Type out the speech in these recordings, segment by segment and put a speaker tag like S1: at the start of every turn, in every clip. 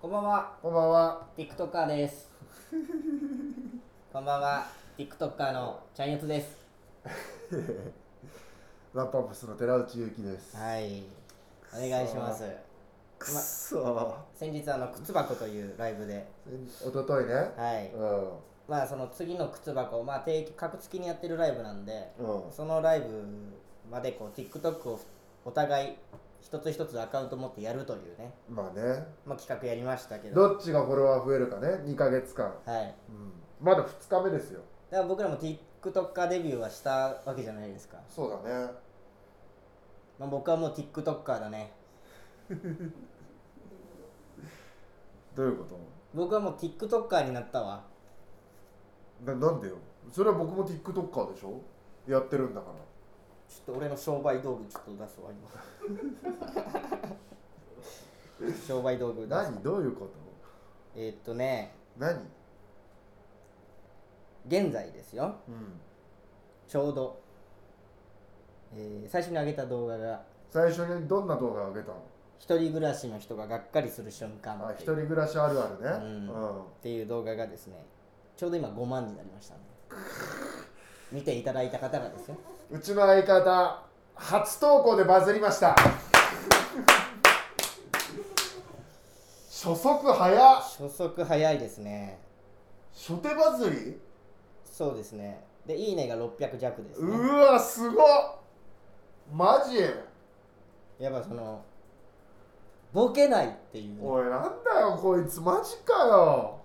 S1: こんばんは、
S2: こんばんは。
S1: TikToker です。こんばんは、TikToker のチャンヨツです。
S2: ラッパップスの寺内ゆうきです。
S1: はい、お願いします。
S2: くっそ
S1: 先日あの靴箱というライブで、
S2: ー。おとといね。
S1: はい、
S2: う
S1: まあその次の靴箱、まあ定期格付きにやってるライブなんで、
S2: ん。うん。
S1: そのライブまでこう TikTok をお互い一つ一つアカウント持ってやるというね、
S2: まあね。
S1: まあ企画やりましたけど、
S2: どっちがフォロワー増えるかね。2ヶ月間。
S1: はい。
S2: うん。まだ2日目ですよ。
S1: だから僕らも TikToker デビューはしたわけじゃないですか。
S2: そうだね。
S1: まあ僕はもう TikToker だね。
S2: どういうこ
S1: 僕はもう TikToker になったわ。
S2: とななんでよ。それは僕も TikToker でしょやってるんだから。
S1: ちょっと俺の商売道具ちょっと出すわ今 商売道具出す
S2: 何どういうこと
S1: えーっとね
S2: 何
S1: 現在ですよ
S2: うん。
S1: ちょうど、えー最初に上げた動画が
S2: 最初にどんな動画上げたの
S1: 一人暮らしの人ががっかりする瞬間
S2: あ
S1: っ、て
S2: 一
S1: いうっ
S2: 人暮らしあるあるね。
S1: うんていう動画がですねちょうど今5万になりま したね見ていただいた方がですよ
S2: うちの相方、初投稿でバズりました。初速早っ
S1: 初速早いですね
S2: 初手バズり
S1: そうですねで「いいね」が600弱ですね
S2: うわ、すごっマジ
S1: やっぱそのボケないっていうね、
S2: おい、なんだよ、こいつ、マジかよ。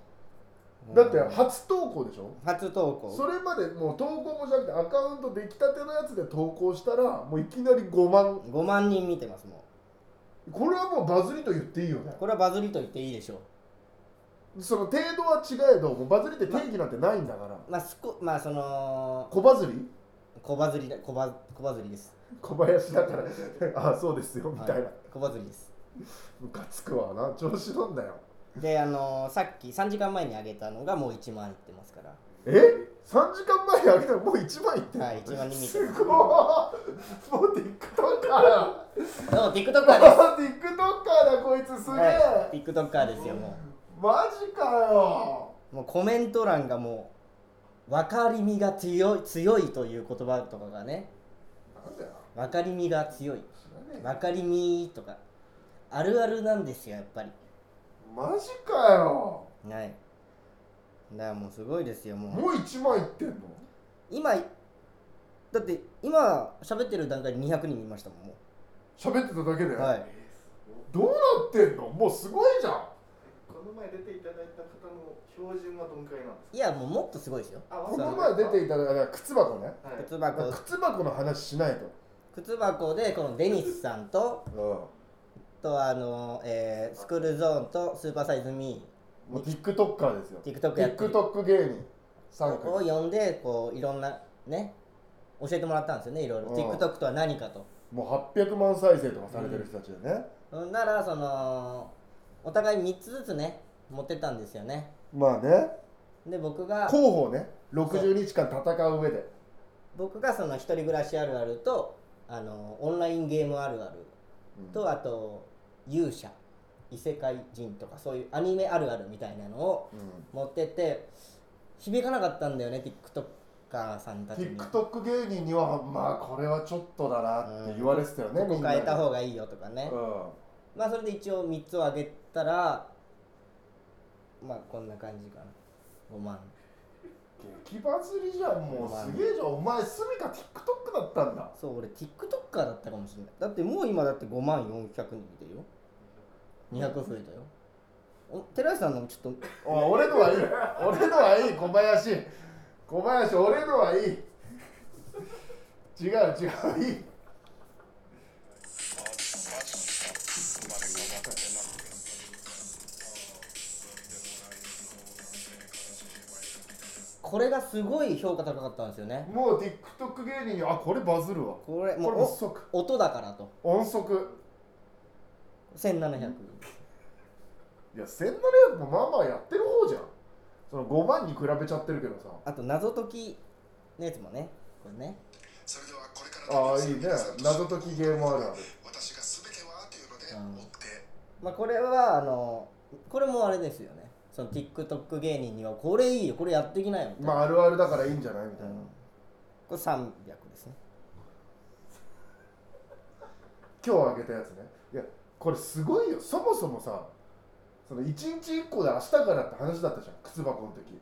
S1: うん
S2: だって、初投稿でしょ
S1: 初投稿
S2: それまでもう投稿もじゃなくてアカウントできたてのやつで投稿したらもういきなり5万
S1: 5万人見てますも
S2: これはもうバズりと言っていいよね
S1: うこれはバズりと言っていいでしょ
S2: その程度は違えどもうバズりって定義なんてないんだから
S1: うまあすこまあその
S2: 小バズり
S1: 小バズりだ小バ小バズりです
S2: 小林だから ああそうですよみたいな、
S1: は小バズりです
S2: ムカつくわな調子乗んだよ
S1: であのーさっき3時間前に上げたのがもう1万いってますから
S2: え3時間前にあげたらもう1万いってんの
S1: はい1万人見て
S2: す
S1: ます
S2: ごいも う TikToker
S1: どうも TikToker です
S2: だ TikToker だこいつすげえ、
S1: はい TikToker ですよも
S2: マジかよ
S1: うもうコメント欄がもう分かりみが強い強いという言葉とかがね
S2: なんだよ
S1: 分かりみが強い
S2: 知らねえよ
S1: 分かりみとかあるあるなんですよやっぱり
S2: マジかよ
S1: はいだからもうすごいですよもう
S2: もう1万いってんの
S1: 今だって今喋ってる段階で200人見ましたもんも
S2: 喋ってただけで、
S1: うはい
S2: どうなってんのもうすごいじゃん
S3: この前出ていただいた方の標準はどんくらいなんですか
S1: いやもうもっとすごいですよ
S3: あ
S2: この前出ていただいた靴箱ね
S3: はい、
S1: 靴箱
S2: 靴箱の話しない
S1: 靴箱でこのデニスさんと
S2: と、
S1: とあの、えースクールゾーンとスーパーサイズミ
S2: もう TikToker ですよ
S1: TikTok やってる
S2: TikTok 芸人
S1: ー
S2: 3
S1: を
S2: 組
S1: 呼んでこういろんなね教えてもらったんですよねいろいろ
S2: うん
S1: TikTok とは何かと
S2: もう800万再生とかされてる人たちでね、
S1: ほんならそのお互い3つずつね持ってたんですよね
S2: まあね
S1: で僕が
S2: 候補ね60日間戦う上で
S1: 僕がその一人暮らしあるあるとあのオンラインゲームあるあるとあと勇者異世界人とかそういうアニメあるあるみたいなのを
S2: うん
S1: 持ってって響かなかったんだよね TikToker さんたちに
S2: TikTok 芸人にはまあこれはちょっとだなって言われてたよね、
S1: ここ
S2: みんな
S1: 変えた方がいいよとかね
S2: うん
S1: まあそれで一応3つをあげたらまあこんな感じかな5万
S2: 激バズりじゃんもうすげえじゃんお前すみか TikTok だったんだ
S1: そう俺 TikToker だったかもしれないだってもう今だって5万400人いてるよ200増えたよお寺橋さんのちょっと
S2: おい俺 のはいい俺のはいい小林小林俺のはいい違う違ういい
S1: これがすごい評価高かったんですよね
S2: もう TikTok 芸人にあこれバズるわ
S1: これ
S2: こ
S1: も
S2: れ
S1: う
S2: も即
S1: お音だからと
S2: 音速
S1: 1700
S2: いや1700もまあまあやってる方じゃんその5万に比べちゃってるけどさ
S1: あと謎解きのやつもねこれね
S4: それではこれか
S2: あ
S4: ら
S2: あいいね謎解きゲームあるある
S4: 私が全てはというの
S1: う
S4: で
S1: ん
S4: 追って
S1: まあこれはあのこれもあれですよねその TikTok 芸人にはこれいいよこれやってきなよみたいな、
S2: まああるあるだからいいんじゃないみたいな、
S1: これ300ですね
S2: 今日あげたやつねいやこれすごいよそもそもさその1日1個で明日からって話だったじゃん靴箱の時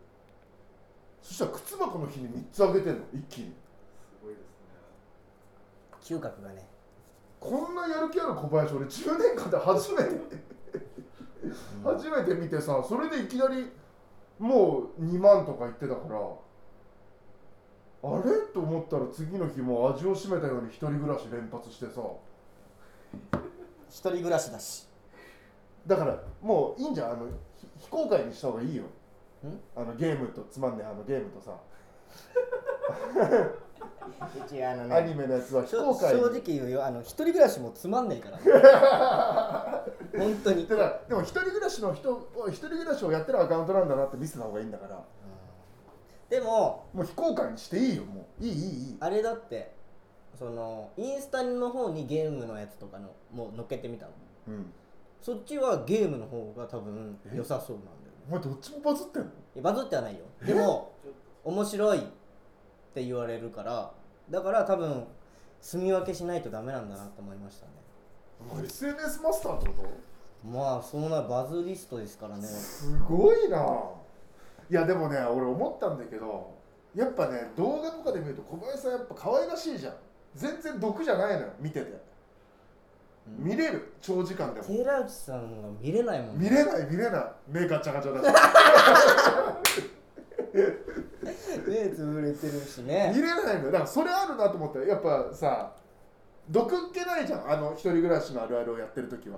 S2: そしたら靴箱の日に3つあげてんの一気に
S3: すごいですね
S1: 嗅覚がね
S2: こんなやる気ある小林俺10年間で初めて初めて見てさそれでいきなりもう2万とか言ってたからあれと思ったら次の日もう味を占めたように一人暮らし連発してさ
S1: 一人暮らしだし
S2: だからもういいんじゃんあのひ非公開にした方がいいよ
S1: ん
S2: あのゲームとつまんねえあのゲームとさ、
S1: うちあの
S2: アニメのやつは非
S1: しょ
S2: 公開に
S1: 正直言うよあの一人暮らしもつまんねえから、 本当に
S2: だからでも一人暮らしの人を一人暮らしをやってるアカウントなんだなって見せた方がいいんだから
S1: でも
S2: もう非公開にしていいよもういいいいいい
S1: あれだってそのインスタの方にゲームのやつとかのもう乗っけてみたの
S2: うん
S1: そっちはゲームの方が多分良さそうなんだよね
S2: お前どっちもバズってんの
S1: いやバズってはないよでも
S3: ちょっ
S1: 面白いって言われるからだから多分住み分けしないとダメなんだなと思いましたね
S2: お前 SNS マスターってこと
S1: まあそんなバズリストですからね
S2: すごいないやでもね俺思ったんだけどやっぱね動画とかで見ると小林さんやっぱ可愛らしいじゃん全然毒じゃないのよ見てて、
S1: うん
S2: 見れる長時間でも
S1: 寺内さんが見れないもん
S2: 見
S1: ね
S2: れない見れない目ガチャガチャだか
S1: 目潰れてるし
S2: ら
S1: ね
S2: 見れないのよだからそれあるなと思ってやっぱさ毒っ気ないじゃんあの一人暮らしのあるあるをやってる時は、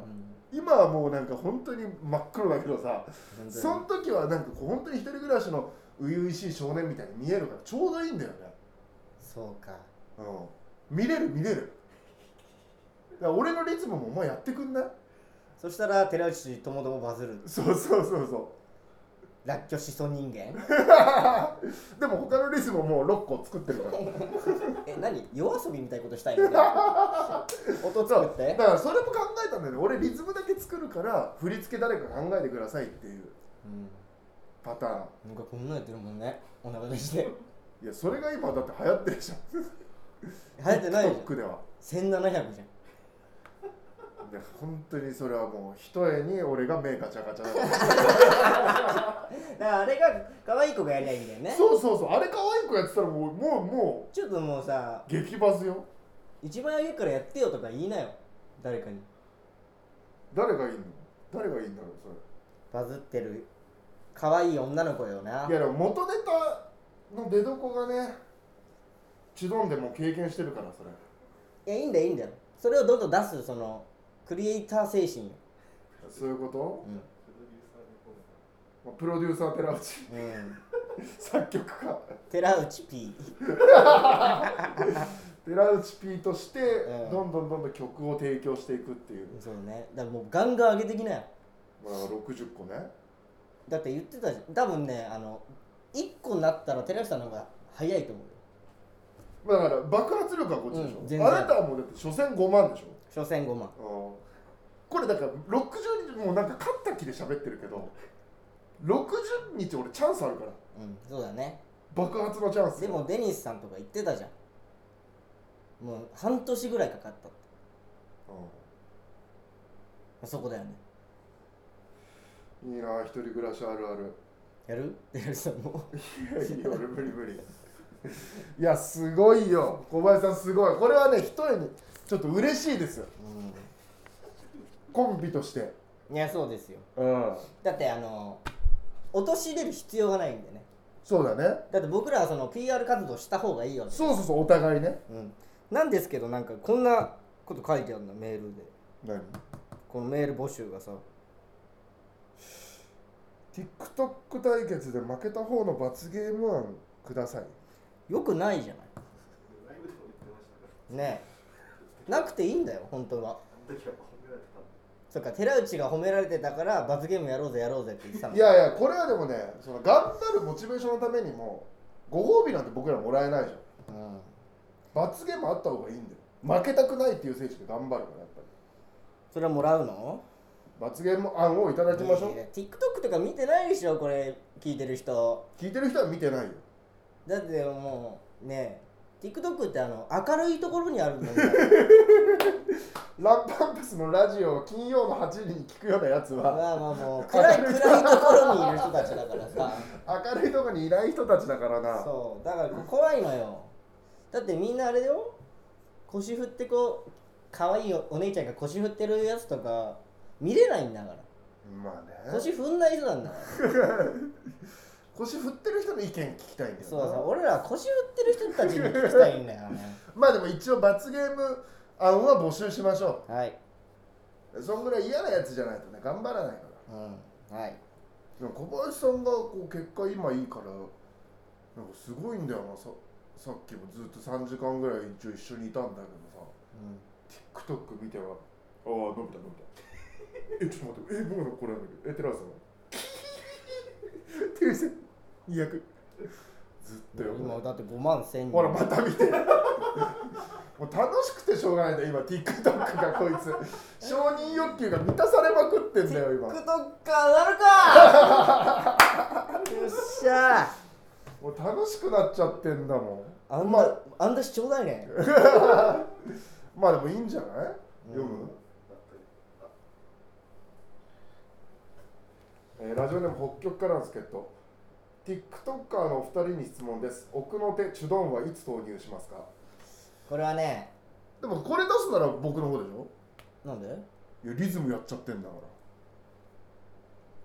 S2: 今はもうなんか本当に真っ黒だけどさ
S1: うん
S2: その時はなんかこう本当に一人暮らしの初々しい少年みたいに見えるからちょうどいいんだよね
S1: そうか
S2: うん、見れる見れるだから俺のリズムももうやってく んない
S1: そしたら寺内ともどもバズる
S2: そうそうそうそ
S1: らっきょしそ人間
S2: うでも他のリズムももう6個作ってるから
S1: え何夜遊びみたいなことしたいのね 音作って
S2: だからそれも考えたんだよね俺リズムだけ作るから振り付け誰か考えてくださいっていう
S1: うん
S2: パターン
S1: なんかこんなんやってるもんねお腹出して
S2: いやそれが今だって流行ってるじゃん
S1: 流行ってないよ
S2: TikTok では
S1: 1700じゃん
S2: で本当にそれはもうひとえに俺が目ガチャガチャだか
S1: だか
S2: ら
S1: らあれが可愛い子がやりゃいいんだよ ね
S2: そうそうそうあれ可愛い子やってたらもうもうも
S1: ちょっともうさ
S2: う激バズよ
S1: 一番上からやってよとか言いなよ誰かに
S2: 誰がいいの誰がいいんだろうそれ
S1: バズってる可愛い女の子よない
S2: やでも元ネタの出どこがねチドンでも経験してるからそれ
S1: いやいいんだよいいんだよそれをどんどん出すそのクリエイター精神よ
S2: そういうこと、
S1: うん、
S3: とプロデューサーにこ
S2: まあ
S3: う
S2: プロデューサー寺内
S1: うん、
S2: 作曲家
S1: 寺内 P
S2: 寺内 P として
S1: うん
S2: どんどんどんどん曲を提供していくっていう、
S1: そうねだからもうガンガン上げてきなよ
S2: まあ、60個ね
S1: だって言ってたじゃん多分ねあの1個になったら寺内さんの方が早いと思うよ
S2: まあだから爆発力はこっちでし
S1: う
S2: ょ、
S1: ん全然
S2: あなたはもうだって所詮5万でしょ
S1: 所詮5万
S2: うんこれだから60日もうなんか勝った気で喋ってるけど60日俺チャンスあるから
S1: うんそうだね
S2: 爆発のチャンス
S1: でもデニスさんとか言ってたじゃんもう半年ぐらいかかったって
S2: うん
S1: そこだよね
S2: いいな一人暮らしあるある
S1: やる寺内さんも
S2: いやいや俺無理無理いやすごいよ小林さんすごいこれはね一重にちょっと嬉しいですよコンビとして
S1: いやそうですよ
S2: うん
S1: だってあの陥れる必要がないんでね
S2: そうだね
S1: だって僕らはその PR 活動した方がいいわけ
S2: そうそうそうお互いね
S1: うん、なんですけどなんかこんなこと書いてあるんだメールで
S2: 何
S1: このメール募集がさ
S2: TikTok 対決で負けた方の罰ゲーム案ください
S1: よくないじゃな
S3: ライブでも言ってましたから
S1: いねえなくていいんだよ本当は
S3: あの時は褒められてたんで
S1: そっか寺内が褒められてたから罰ゲームやろうぜやろうぜって言ってたの
S2: いやいやこれはでもねその頑張るモチベーションのためにもご褒美なんて僕らもらえないじゃん
S1: うん、
S2: 罰ゲームあった方がいいんだよ負けたくないっていう精神で頑張るからやっぱり
S1: それはもらうの
S2: 罰ゲーム案をいただきましょう
S1: いやいや TikTok とか見てないでしょこれ聞いてる人
S2: 聞いてる人は見てないよ
S1: だってもうね TikTok ってあの明るいところにあるのに
S2: ラッパンプスのラジオを金曜の8時に聞くようなやつは
S1: まあまあもう暗い暗いところにいる人たちだからさ
S2: 明るいとこにいない人たちだからな
S1: そうだから怖いのよだってみんなあれだよ腰振ってこう可愛いお姉ちゃんが腰振ってるやつとか見れないんだから
S2: まあね
S1: 腰振んない人なんだから
S2: 腰振ってる人の意見聞きたいんだよな
S1: そうそう俺らは腰振ってる人たちに聞きたいんだよね
S2: まあでも一応罰ゲーム案は募集しましょ
S1: はい、
S2: うそんぐらい嫌なやつじゃないとね頑張らないから
S1: うん、はい
S2: でも小林さんがこう結果今いいからなんかすごいんだよなささっきもずっと3時間ぐらい一応一緒にいたんだけどさ TikTok 見てはああ伸びた伸びた えちょっと待ってえ僕のこれなんだけどえ寺ラさん テレさん200ずっとよ
S1: 今だって5万1000人
S2: ほらまた見て もう楽しくてしょうがないんだよ今 TikTok がこいつ承認欲求が満たされまくってんだよ今
S1: TikToker なるか よっしゃ
S2: もう楽しくなっちゃってんだもん
S1: あんな、
S2: まあ
S1: あんな主張だよね
S2: まあでもいいんじゃない、読むえーラジオネーム北極からの助っ人 TikToker のお二人に質問です奥の手チュドンはいつ投入しますか
S1: これはね
S2: でもこれ出すなら僕の方でしょ
S1: なんで
S2: いやリズムやっちゃってんだか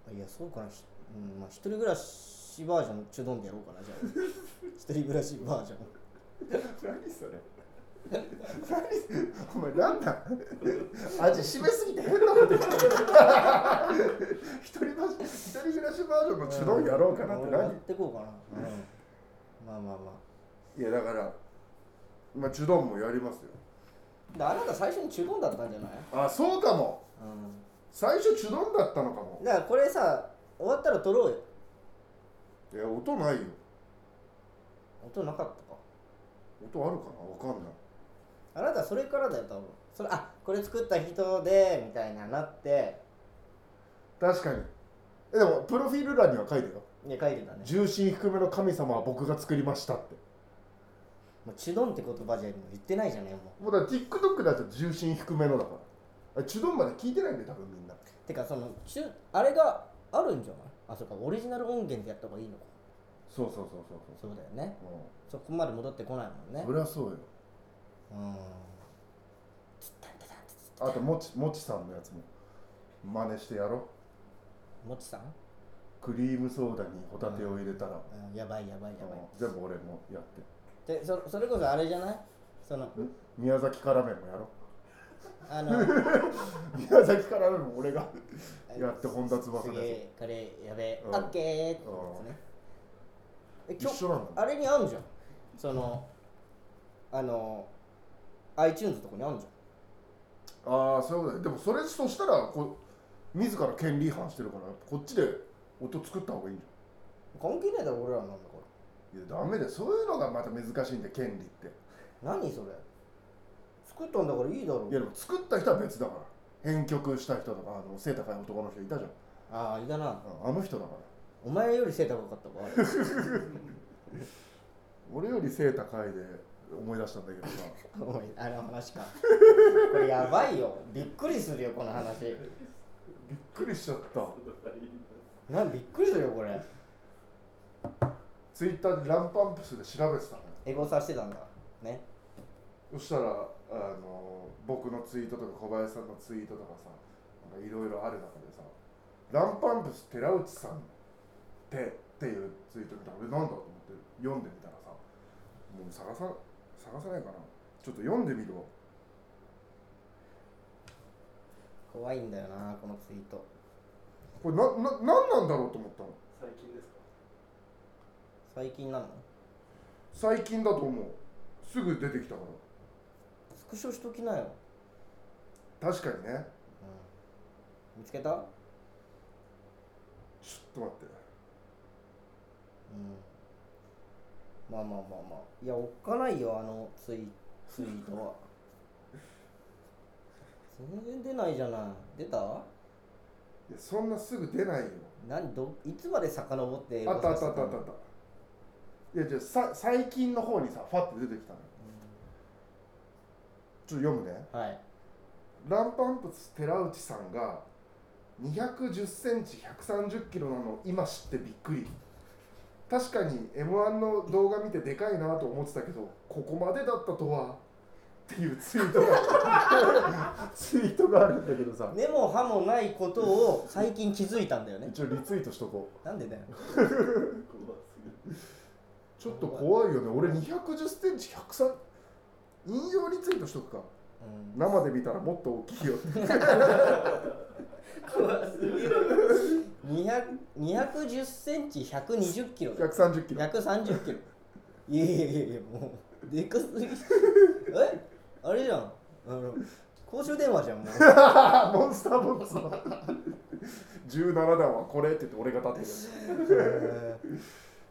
S2: ら
S1: いやそうかな、ひうんまあ、一人暮らしバージョンちょどんでやろうかなじゃあ 一人暮らしバージョン
S2: 何それ何お前なんだ味締めすぎて変なこと言ってる一人バージョン一人暮らしバージョンのチュドンやろうかなって
S1: 俺や
S2: 何
S1: ってこうかな、うんまあまあま
S2: いやだからまあチュドンもやりますよ
S1: あであなた最初にちゅどんだったんじゃない、
S2: あそうかも最初チュドンだったのか
S1: う
S2: も
S1: ん、だからこれさ終わったら撮ろうよ
S2: いや音ないよ
S1: 音なかったか
S2: 音あるかなわかんない
S1: あなたそれからだよ多分それあこれ作った人でみたいななって
S2: 確かにえでもプロフィール欄には書いてよ
S1: いや書いてたね
S2: 重心低めの神様は僕が作りましたって
S1: もうちゅどんって言葉じゃもう言ってないじゃねえも
S2: もうだから TikTok だと重心低めのだからあチュドンまで聞いてないんだよ多分みんな
S1: うてかそのちゅあれがあるんじゃないあそうかオリジナル音源でやった方がいいのか
S2: そうそうそうそうそ
S1: そうだよね
S2: う、
S1: そこまで戻ってこないもんね
S2: そりゃそうよ
S1: うん
S2: あともちもちさんのやつも真似してやろ
S1: もちさん、
S2: クリームソーダにホタテを入れたら、
S1: うん、やばいやばいやばい
S2: 全部俺もやって
S1: でそそれこそあれじゃないその
S2: 宮崎辛麺もやろ
S1: あ の
S2: 宮崎辛麺も俺がやって本田翼
S1: すげ
S2: のや
S1: えカレーやべえ、
S2: うん
S1: オッケーってことねえ
S2: つ一緒なんだ
S1: あれにあんじゃんそのあの iTunes とかにあんじゃ
S2: ああそういうことだでもそれとしたらこう自ら権利違反してるからこっちで音作った方がいいんじ
S1: ん関係ないだろ俺らなんだか
S2: ゃんいやダメだよそういうのがまた難しいんだよ権利って
S1: ら何それ作ったんだからいいだろ
S2: いやでも作った人は別だから編曲した人とかあの背高い男の人いたじゃん
S1: ああいだな
S2: あの人だから
S1: お前より背高かったかあれ
S2: 俺より背高いで思い出したんだけどさ
S1: おいあの話かこれやばいよびっくりするよこの話
S2: びっくりしちゃった
S1: なんびっくりするよこれ
S2: ツイッターでランパンプスで調べてたのよ
S1: エゴサしてたんだね
S2: そしたらあの僕のツイートとか小林さんのツイートとかさいろいろある中でさ「ランパンプス寺内さんって」っていうツイート見たら俺なんだと思って読んでみたらさもう探さ探さないかなちょっと読んでみるわ
S1: 怖いんだよなこのツイート
S2: これなな何なんだろうと思ったの
S3: 最近ですか
S1: 最近なの
S2: 最近だと思うすぐ出てきたか
S1: スクショしときなよ、
S2: ら確かにね
S1: 見つけたうん
S2: ちょっと待って
S1: まあまあまあまあいやおっかないよあのツイツイートは全然出ないじゃない出た
S2: いやそんなすぐ出ないよ
S1: なんどいつまで遡って
S2: あったあったあ
S1: 映
S2: った
S1: 画
S2: あっ
S1: 化し
S2: たあ
S1: て
S2: ったいやじゃあさ最近の方にさファッて出てきたのよちょっと読むね
S1: たのはい
S2: ランパンプス寺内さんが2 1 0センチ1 3 0キロなのを今知ってびっくり確かに m 1の動画見てでかいなと思ってたけどここまでだったとはっていうツイートが ツイートがあるんだけどさ
S1: 根も葉もないことを最近気づいたんだよね
S2: 一応リツイートしとこう
S1: なんでだよ
S2: ちょっと怖いよね俺2 1 0センチ1 0 3引用リツイートしとくか
S1: うん
S2: 生で見たらもっと大きいよって
S3: 怖すぎる
S1: 200 210センチ120キロだよ
S2: 130キロ
S1: 130キロいやいやいやいやもうでかす ぎえあれじゃんあの公衆電話じゃんもう
S2: モンスターボックスの17段はこれって言って俺が立ってる、
S1: えー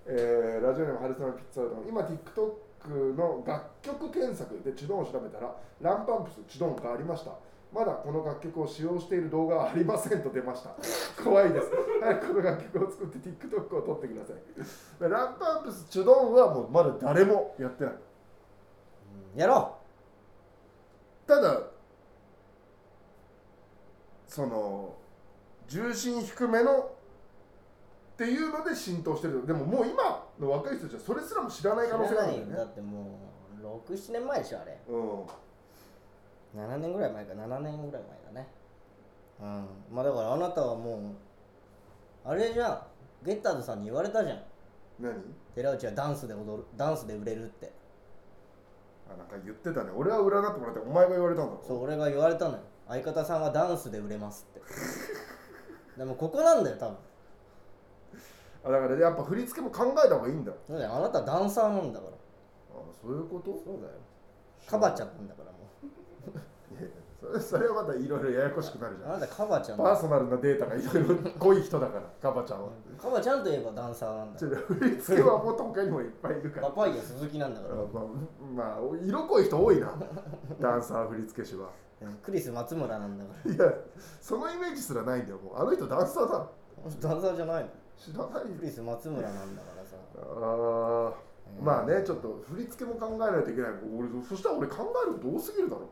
S2: えーラジオネームハルスナピッツァウドン今 TikTok の楽曲検索でチュドンを調べたらランパンプスチュドンがありましたまだこの楽曲を使用している動画はありませんと出ました 怖いです早くこの楽曲を作って TikTok を撮ってくださいランパンプスチュドンはもうまだ誰もやってない
S1: やろ
S2: ただその重心低めのっていうので浸透してるでももう今の若い人たちはそれすらも知らな
S1: う
S2: い可能性
S1: 知
S2: が
S1: ら
S2: あ
S1: な
S2: る
S1: い
S2: ん
S1: よ
S2: だ
S1: だ
S2: よね
S1: ってもう67年前でしょあれ
S2: うん
S1: 7年ぐらい前か7年ぐらい前だねうんまあだからあなたはもうあれじゃんゲッターズさんに言われたじゃん
S2: 何
S1: 寺内はダンスで踊るダンスで売れるって
S2: あなんか言ってたね俺は占ってもらってお前が言われたんだろ
S1: そう俺が言われたのよ相方さんはダンスで売れますって でもここなんだよ多分
S2: あだからやっぱ振り付けも考えた方がいいんだよ
S1: そうだよあなたダンサーなんだから
S2: あそういうこと
S1: そうだよカバちゃんなんだからも
S2: いやいやそれそれはまたいろいろややこしくなるじ
S1: う
S2: ゃん
S1: あなたカバちゃん
S2: パ
S1: だ
S2: ーソナルなデータがいろいろ濃い人だからカバちゃんは、
S1: カバちゃんといえばダンサーなんだ
S2: ち
S1: よ
S2: ょっと振り付けはもっと他にもいっぱいいるから
S1: パパイヤ鈴木なんだから、
S2: あまあ、まあ、色濃い人多いなダンサー振付師は
S1: うんクリス松村なんだか
S2: いやそのイメージすらないんだよもうあの人ダンサーだ
S1: らダンサーじゃないの
S2: 知らない
S1: クリス松村なんだからさ
S2: あーまあねちょっと振り付けも考えないといけない俺そしたら俺考えること多すぎるだろっ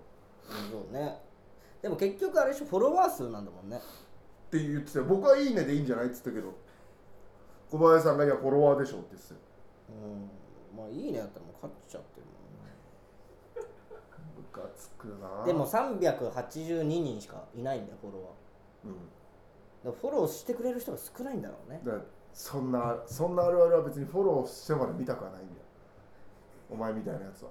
S1: そうねでも結局あれでしょフォロワー数なんだもんね
S2: て言ってたよ僕はいいねでいいんじゃないっつったけど小林さんが「いやフォロワーでしょ」って言ってたよ
S1: うんまあいいねだったらもう勝っちゃってるもんね
S2: ムカつくな
S1: でも、382人しかいないんだよフォロワー
S2: うん、
S1: だからフォローしてくれる人が少ないんだろうね
S2: だからそんなそんなあるあるは別にフォローしてまで見たくはないんだよお前みたいなやつは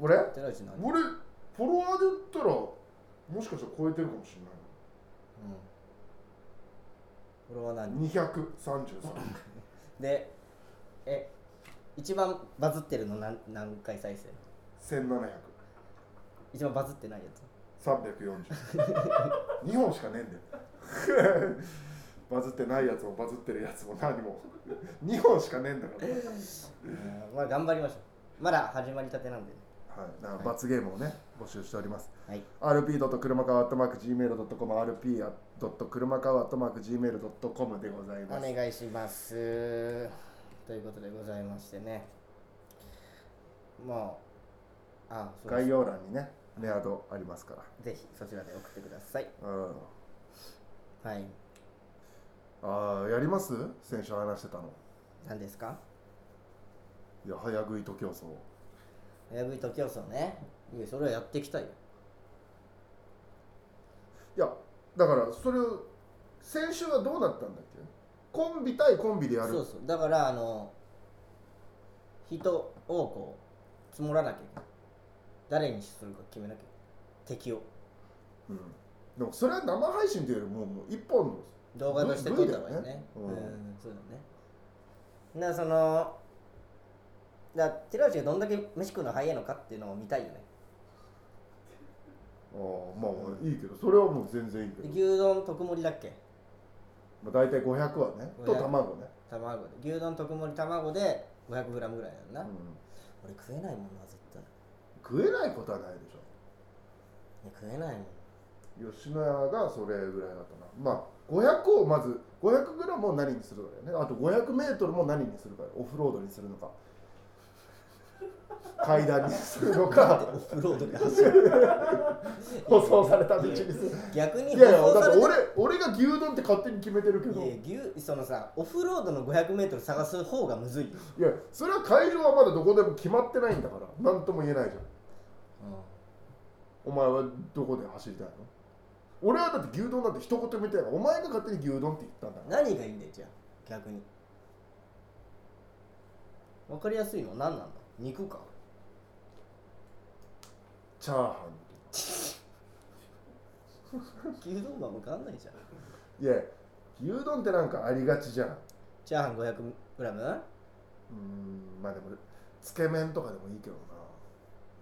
S2: 俺
S1: 寺内寺内何、うん、
S2: 俺フォロワーで言ったらもしかしたら超えてるかもしれ
S1: フォロワー何
S2: ない233
S1: でえ一番バズってるの何何回再生
S2: 1700
S1: 一番バズってないやつ
S2: 340 2本しかねえんだよ バズってないやつもバズってるやつも何も2本しかねえんだから、
S1: うんまあ頑張りましょうまだ始まりたてなんでね
S2: はい、だから罰ゲームをね募集しております
S1: はい
S2: rp. 車川 .gmail.com rp. 車川 .gmail.com でございます
S1: お願いしますということでございましてねまああそうです
S2: 概要欄にねメアドありますか
S1: ぜひそちらで送ってください
S2: らうん
S1: はい
S2: ああやります先週話してたの
S1: 何ですか
S2: いや早食い徒競走
S1: 親指と競争ねいやそれはやっていきたいよ
S2: いやだからそれを先週はどうなったんだっけコンビ対コンビでやる
S1: そうそうだからあの人をこう積もらなきゃいけない誰にするか決めなきゃ敵を
S2: うん、でもそれは生配信というよりももう一本の
S1: 動画として撮った方がいいね
S2: ブイだよね
S1: う
S2: うんん、
S1: そうだねだからそのだから寺内がどんだけ飯食うの早いのかっていうのを見たいよね
S2: あーまあまあいいけどそれはもう全然いいけ
S1: で
S2: ど、
S1: 牛丼特盛りだっけ
S2: まあ、大体500はね
S1: 500
S2: と卵ね、
S1: 卵で牛丼特盛り卵で 500g ぐらいやんな、
S2: うん、
S1: 俺食えないもんな絶対
S2: 食えないことはないでしょ
S1: いや食えないもん
S2: 吉野家がそれぐらいだったなまあ500をまず 500g を何にするかだよねあと 500m も何にするかオフロードにする のか階段にするのか
S1: オフロードで走る
S2: 舗装された道にする
S1: 逆に
S2: いやいや
S1: 舗装
S2: だ
S1: さ
S2: っ
S1: れ
S2: て
S1: た
S2: 俺俺が牛丼って勝手に決めてるけど
S1: いや牛そのさオフロードの 500m 探す方がむずいよ、
S2: いやそれは会場はまだどこでも決まってないんだから何とも言えないじゃんお前はどこで走りたいの俺はだって牛丼なんて一言も言ってないからお前が勝手に牛丼って言ったんだから
S1: 何がいいんだよじゃあ逆にわかりやすいの何なの肉か
S2: チャーハ
S1: 牛丼は分かんないじゃん
S2: ンいや牛丼ってなんかありがちじゃんう
S1: チャーハン 500g?
S2: ーんまあでもつけ麺とかでもいいけど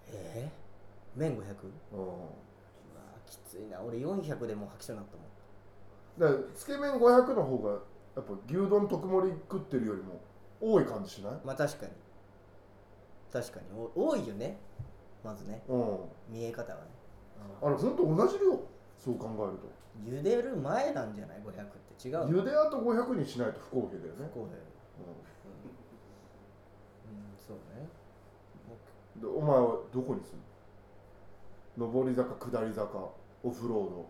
S1: えー、麺 500?
S2: なうん
S1: うわきついな俺400でもう吐きそうになったもん
S2: だからつけ麺500の方がやっぱ牛丼特盛り食ってるよりも多い感じしない
S1: まあ確かに確かにお多いよねまずね
S2: うん
S1: 見え方はね
S2: あれほんと同じ量そう考えると
S1: 茹でる前なんじゃない500って違う
S2: 茹であと500にしないと不公平だよね、
S1: こうだよ
S2: う
S1: うんそうね
S2: んでお前はどこに住む上り坂下り坂オフロ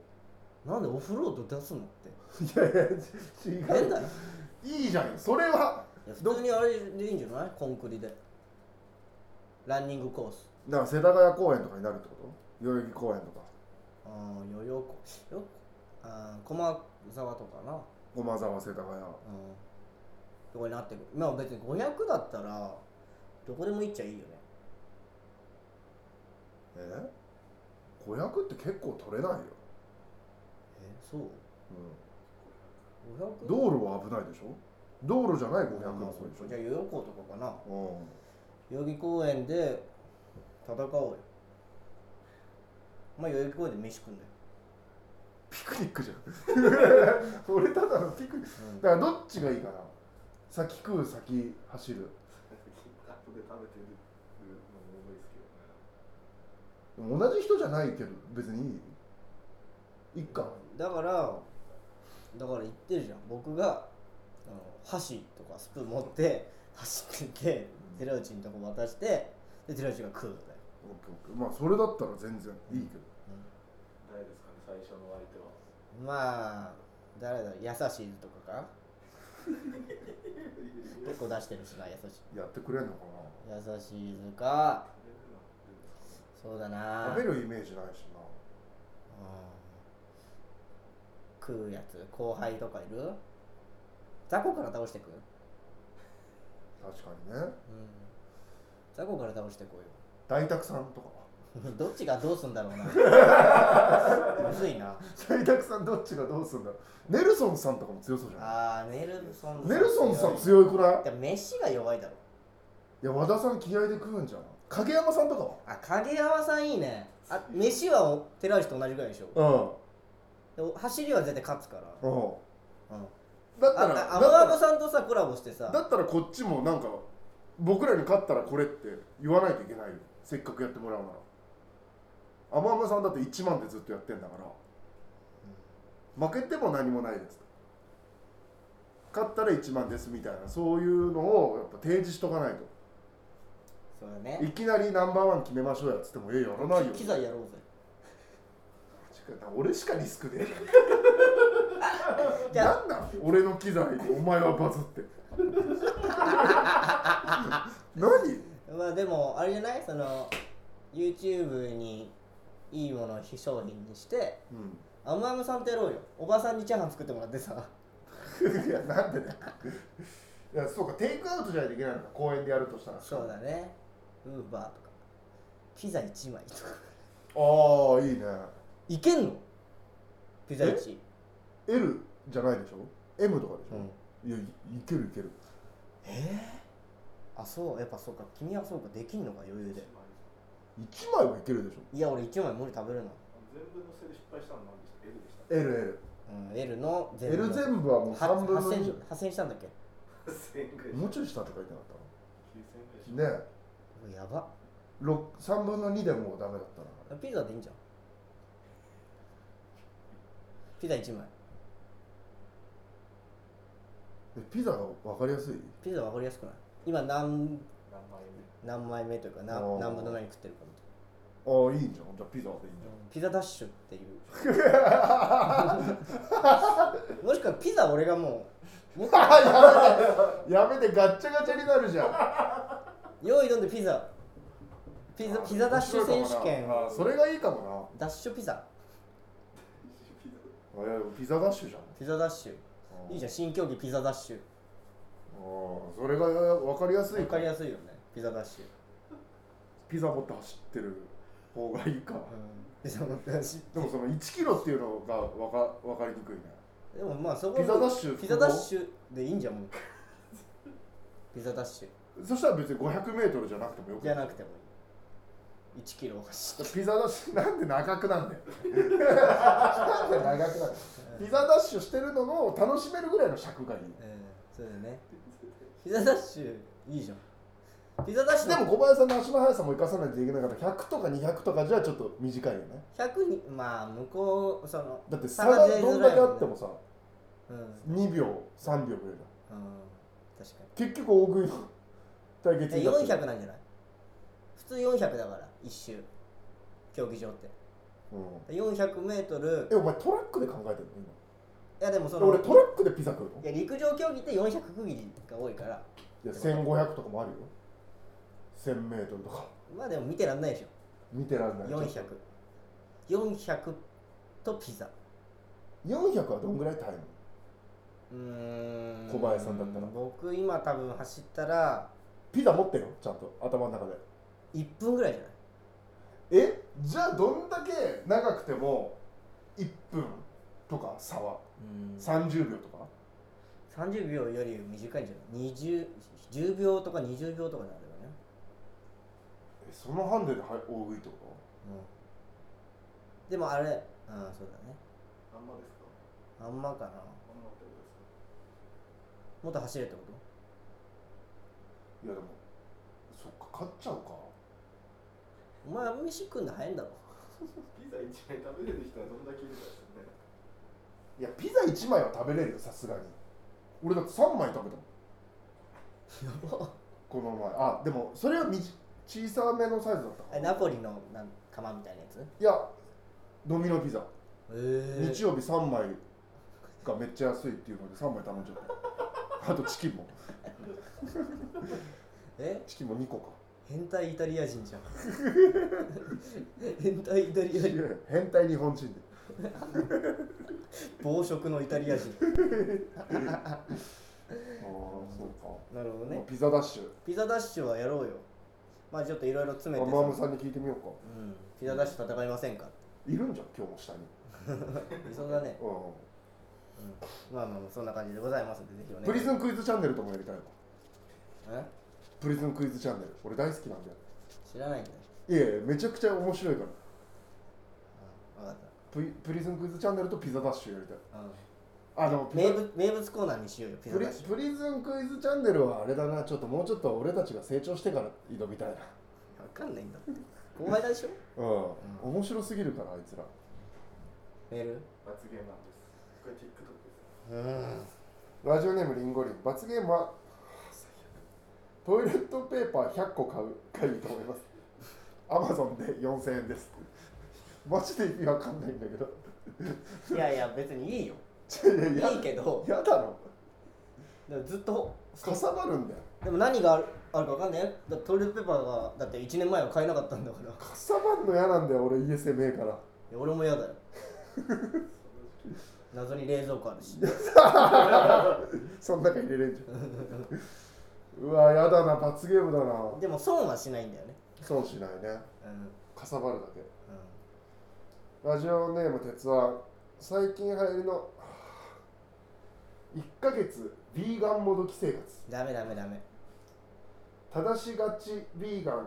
S1: なんでオフロード出すのって
S2: ードいやいや違
S1: 変
S2: う
S1: だよ
S2: いいじゃんそれはい
S1: や普通にあれでいいんじゃないコンクリでランニングコース
S2: だから世田谷公園とかになるってこと代々木公園とか
S1: ああよよこよあー駒沢とかなうん
S2: 駒沢世田谷
S1: とかになってくるまあ別に500だったらどこでも行っちゃいいよね
S2: え500って結構取れないよ、
S1: えそう
S2: う
S1: 500
S2: ん、道路は危ないでしょ道路じゃない500
S1: まあまあ
S2: もそうでし
S1: そ
S2: ょ
S1: うじゃあ代々木とかかな
S2: うん
S1: 代々木公園で戦おうよまあ代々木公園で飯食うんだよ
S2: ピクニックじゃん 俺ただのピクニックだからどっちがいいかな先食う先走る
S3: カップで食べてるのも多いですけどね
S2: でも同じ人じゃないけど別にいい一貫
S1: だからだから言ってるじゃん僕があの箸とかスプーン持って 走ってて寺内のとこ渡してで寺内が食うのだよ
S2: オッケーオッケーまあそれだったら全然いいけど、
S3: 誰ですかね最初の相手は
S1: まあ誰だろう優しいとかか結構出してるしな優しい
S2: やってくれんのか
S1: 優しいとかそうだ
S2: な
S1: な
S2: 食べるイメージないしな
S1: うん食うやつ後輩とかいる雑魚から倒してく
S2: 確かに
S1: う
S2: ね
S1: ん雑魚から倒してこうよ
S2: 大沢さんとか
S1: どっちがどうすんだろうな。 むずいな。
S2: 大沢さんどっちがどうすんだろうネルソンさんとかも強そうじゃない
S1: ああ、ネルソンさん。
S2: ネルソンさん強いくらい
S1: でも飯が弱いだろ。
S2: いや和田さん気合で食うんじゃん影山さんとかは
S1: あ、影山さんいいね。あ、飯はお寺内と同じぐらいでしょ。でも走りは絶対勝つから。
S2: うんうん
S1: うん。
S2: だったら
S1: あ、あア
S2: だっ
S1: ボ
S2: た
S1: ア
S2: ら
S1: ボさんとさコラボしてさ。
S2: だったらこっちもなんか僕らに勝ったらこれって言わないといけないよせっかくやってもらうなら天浜さんだって1万でずっとやってんだから負けても何もないです勝ったら1万ですみたいなそういうのをやっぱ提示しとかないと
S1: そうだね。
S2: いきなりナンバーワン決めましょうやっつってもえやらないよ
S1: 機材やろうぜ。
S2: 俺しかリスクねえ
S1: じゃあ
S2: なんなん俺の機材でお前はバズって 何
S1: まあでもあれじゃない？その YouTube にいいものを商品にして。
S2: うん
S1: アムアムさんとやろうよおばさんにチャーハン作ってもらってさ
S2: いやなんでだよいやそうかテイクアウトじゃないといけないのか公園でやるとしたら
S1: そうだねウーバーとかピザ1枚とか
S2: ああいいね
S1: いけんのピザ1
S2: L じゃないでしょ M とかでし
S1: う
S2: ょ、
S1: ん
S2: いやいいけるいける
S1: あそうやっぱそうか君はそうかできんのか余裕で
S2: 1枚はいけるでしょ
S1: いや俺1枚無理食べるな、
S3: 全部のせで失敗したのは何でした L でした
S2: LL
S1: うん、L の
S2: L
S1: の
S2: 全部はもう
S1: は
S2: 3分の
S1: 8000
S2: 2
S1: 8000したんだっけ
S3: 1000円ぐらい
S2: もうちょいしたとか言ってなか
S3: 9000円ぐらい
S2: ったのね
S1: うわやば
S2: 3分の2でもうダメだったな
S1: ピザでいいんじゃんピザ1枚
S2: えピザが分かりやすい
S1: ピザ分かりやすくない今何
S3: 何枚目
S1: 何枚目というか
S2: あ
S1: 何
S2: ー
S1: 何分の何食ってるかみたい
S2: ああいいじゃんじゃあピザでいいじゃん
S1: なピザダッシュっていう もしくはピザ俺がもうもっと
S2: やめてガッチャガチャになるじゃん
S1: 用意どんでピザピザピザダッシュ選手権
S2: あそれがいいかも
S1: ダッシュピザ
S2: なあいやピザダッシュじゃん
S1: ピザダッシュいいじゃん新競技ピザダッシュ
S2: ああそれが分かりやすい
S1: 分かりやすいよねピザダッシュ
S2: ピザ持って走ってる方がいいか
S1: ピザダッシュ
S2: でもその1キロっていうのが分か分かりにくいね
S1: でもまあそこ
S2: ピザダッシュ
S1: ピザダッシュでいいんじゃんもうピザダッシュ
S2: そしたら別に 500m じゃなくてもよ
S1: じ
S2: くな
S1: ゃ
S2: い
S1: なくてもいい1キロ走って
S2: ピザダッシュなんで長くなんだよなんで長くなんだよピザダッシュしてるのを楽しめるぐらいの尺がいい
S1: うんそうだよねピザダッシュいいじゃんピザダッシュ
S2: でも小林さんの足の速さも生かさないといけないから100とか200とかじゃちょっと短いよね
S1: 100にまあ向こうその
S2: だって差がどんだけあっても
S1: 差
S2: さ
S1: が出づらいもんね
S2: 2秒3秒ぐらいだ
S1: うん、うん、確かに
S2: 結局大食いの対決
S1: え
S2: になっちゃう
S1: 400なんじゃない普通400だから1周競技場って
S2: うん
S1: 400メートル
S2: えお前トラックで考えてるの
S1: いやでもそ
S2: 今
S1: の
S2: 俺トラックでピザ食うの
S1: いや陸上競技って400区切りが多いから
S2: いや1500とかもあるよ 1000m とか
S1: まあでも見てらんないでしょ
S2: 見てらんない
S1: 400400とピザ
S2: 400はどんぐらいタイム
S1: うーん
S2: 小林さんだったら
S1: 僕今多分走ったら
S2: ピザ持ってよちゃんと頭の中で
S1: 1分ぐらいじゃない
S2: えじゃあどんだけ長くても1分とか差は30秒とか
S1: 30秒より短いんじゃない20 10秒とか20秒とかになるよね、
S2: えそのハンデでは大食いってこ
S1: うん、でもあれうんそうだね
S3: あんまですか
S1: あんまかな
S3: あんまってことですか
S1: もっと走れってこと
S2: といやでもそっか勝っちゃうか
S1: お前飯食うんの早いんだ ろ
S3: ピザ一枚食べれる人はどんだけいるかですよね
S2: いやピザ1枚は食べれるよさすがに俺だって3枚食べたもんこの前あでもそれはみじ小さめのサイズだったか
S1: え
S2: な
S1: ナポリのなん釜みたいなやつへ
S2: いやドミノピザ
S1: え
S2: 日曜日3枚がめっちゃ安いっていうので3枚頼んじ ゃったあとチキンも
S1: え
S2: チキンも2個か
S1: 変態イタリア人じゃん 変態イタリア人
S2: 変態日本人で
S1: 暴食のイタリア人
S2: ああそう
S1: なるほど
S2: か、まあ
S1: ね
S2: ピザダッシュ
S1: ピザダッシュはやろうよまあちょっといろいろ詰め
S2: マ
S1: て
S2: ムアムさんに聞いてみようか
S1: うん、ピザダッシュ戦いませんか
S2: いるんじゃん今日も下に
S1: っていそうだね、
S2: う
S1: まあまあまあそんな感じでございますんでぜひお願
S2: ん
S1: い
S2: プリズンクイズチャンネルともやりたいわ
S1: え
S2: プリズンクイズチャンネル俺大好きなんだよ
S1: 知らないんだよ
S2: いやいやめちゃくちゃ面白いから
S1: うん分かった
S2: プリプリズンクイズチャンネルとピザダッシュやりたい
S1: うん
S2: あでもピザ
S1: 名物名物コーナーにしようよピザ
S2: プリ
S1: ダッシュ
S2: プリズンクイズチャンネルはあれだなちょっともうちょっと俺たちが成長してから挑みたいな
S1: 分かんないんだって後輩だでしょ
S2: うん、面白すぎるからあいつら
S1: メール
S3: 罰ゲームなんですこれ TikTok です
S1: うん
S2: ラジオネームリンゴリン罰ゲームは トイレットペーパー100個買うがいいと思いますアマゾンで4000円ですマジで意味わかんないんだけど
S1: いやいや別にいいよ
S2: ちょいやいや
S1: いいけど
S2: やだろ
S1: でもずっと
S2: かさばるんだよ
S1: でも何があるあるか分かんないよだってトイレットペーパーがだって1年前は買えなかったんだからい
S2: かさばるの嫌なんだよ俺家狭えから
S1: や俺も嫌だよ 謎に冷蔵庫あるし
S2: そん中入れれんじゃ んうわやだな罰ゲームだな
S1: でも損はしないんだよね
S2: 損しないね
S1: うん
S2: かさばるだけラジオネーム鉄腕最近流行りの1ヶ月ヴィーガンもどき生活
S1: うんダメダメダメ
S2: 正しがちヴィーガンん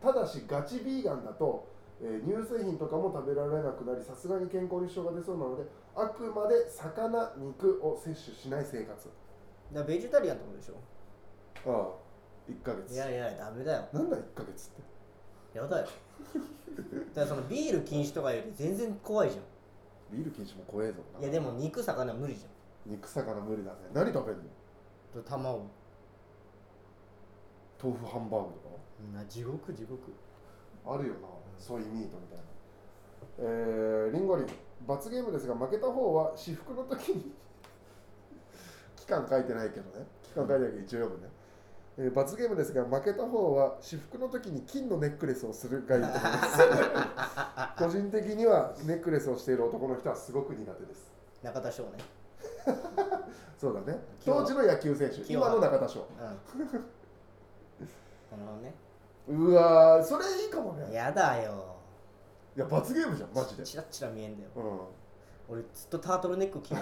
S2: ただしガチヴィーガンだと、えー乳製品とかも食べられなくなりさすがに健康に支障が出そうなのであくまで魚肉を摂取しない生活
S1: だからベジタリアンってことでしょ
S2: ああ1ヶ
S1: い
S2: 月
S1: やいやダメだよ
S2: なんだ1ヶ月って
S1: やだよだからそのビール禁止とかより全然怖いじゃん
S2: ビール禁止も怖えぞない
S1: やでも肉魚無理じ
S2: 肉魚無理だね何食べるの
S1: ゃんと卵
S2: 豆腐ハンバーグとか
S1: な地獄地獄
S2: あるよな、ソイミートみたいな。えー、リンゴリン、罰ゲームですが、負けた方は私服の時に 期間書いてないけどね、期間書いてないけど、一応読むね。えー、罰ゲームですが、負けた方は私服の時に金のネックレスをするがいいと思います。個人的にはネックレスをしている男の人はすごく苦手です。
S1: 中田翔ね
S2: そうだね。
S1: 清
S2: 当
S1: 原
S2: 時の野球選手、
S1: 清
S2: 今
S1: 原
S2: の中田翔。
S1: うんなるほどね
S2: うわー、それいいかもね。
S1: やだよ
S2: いや、罰ゲームじゃん、マジで。
S1: チラッチラ見えんだよ
S2: うん。
S1: 俺ずっとタートルネック着 てる、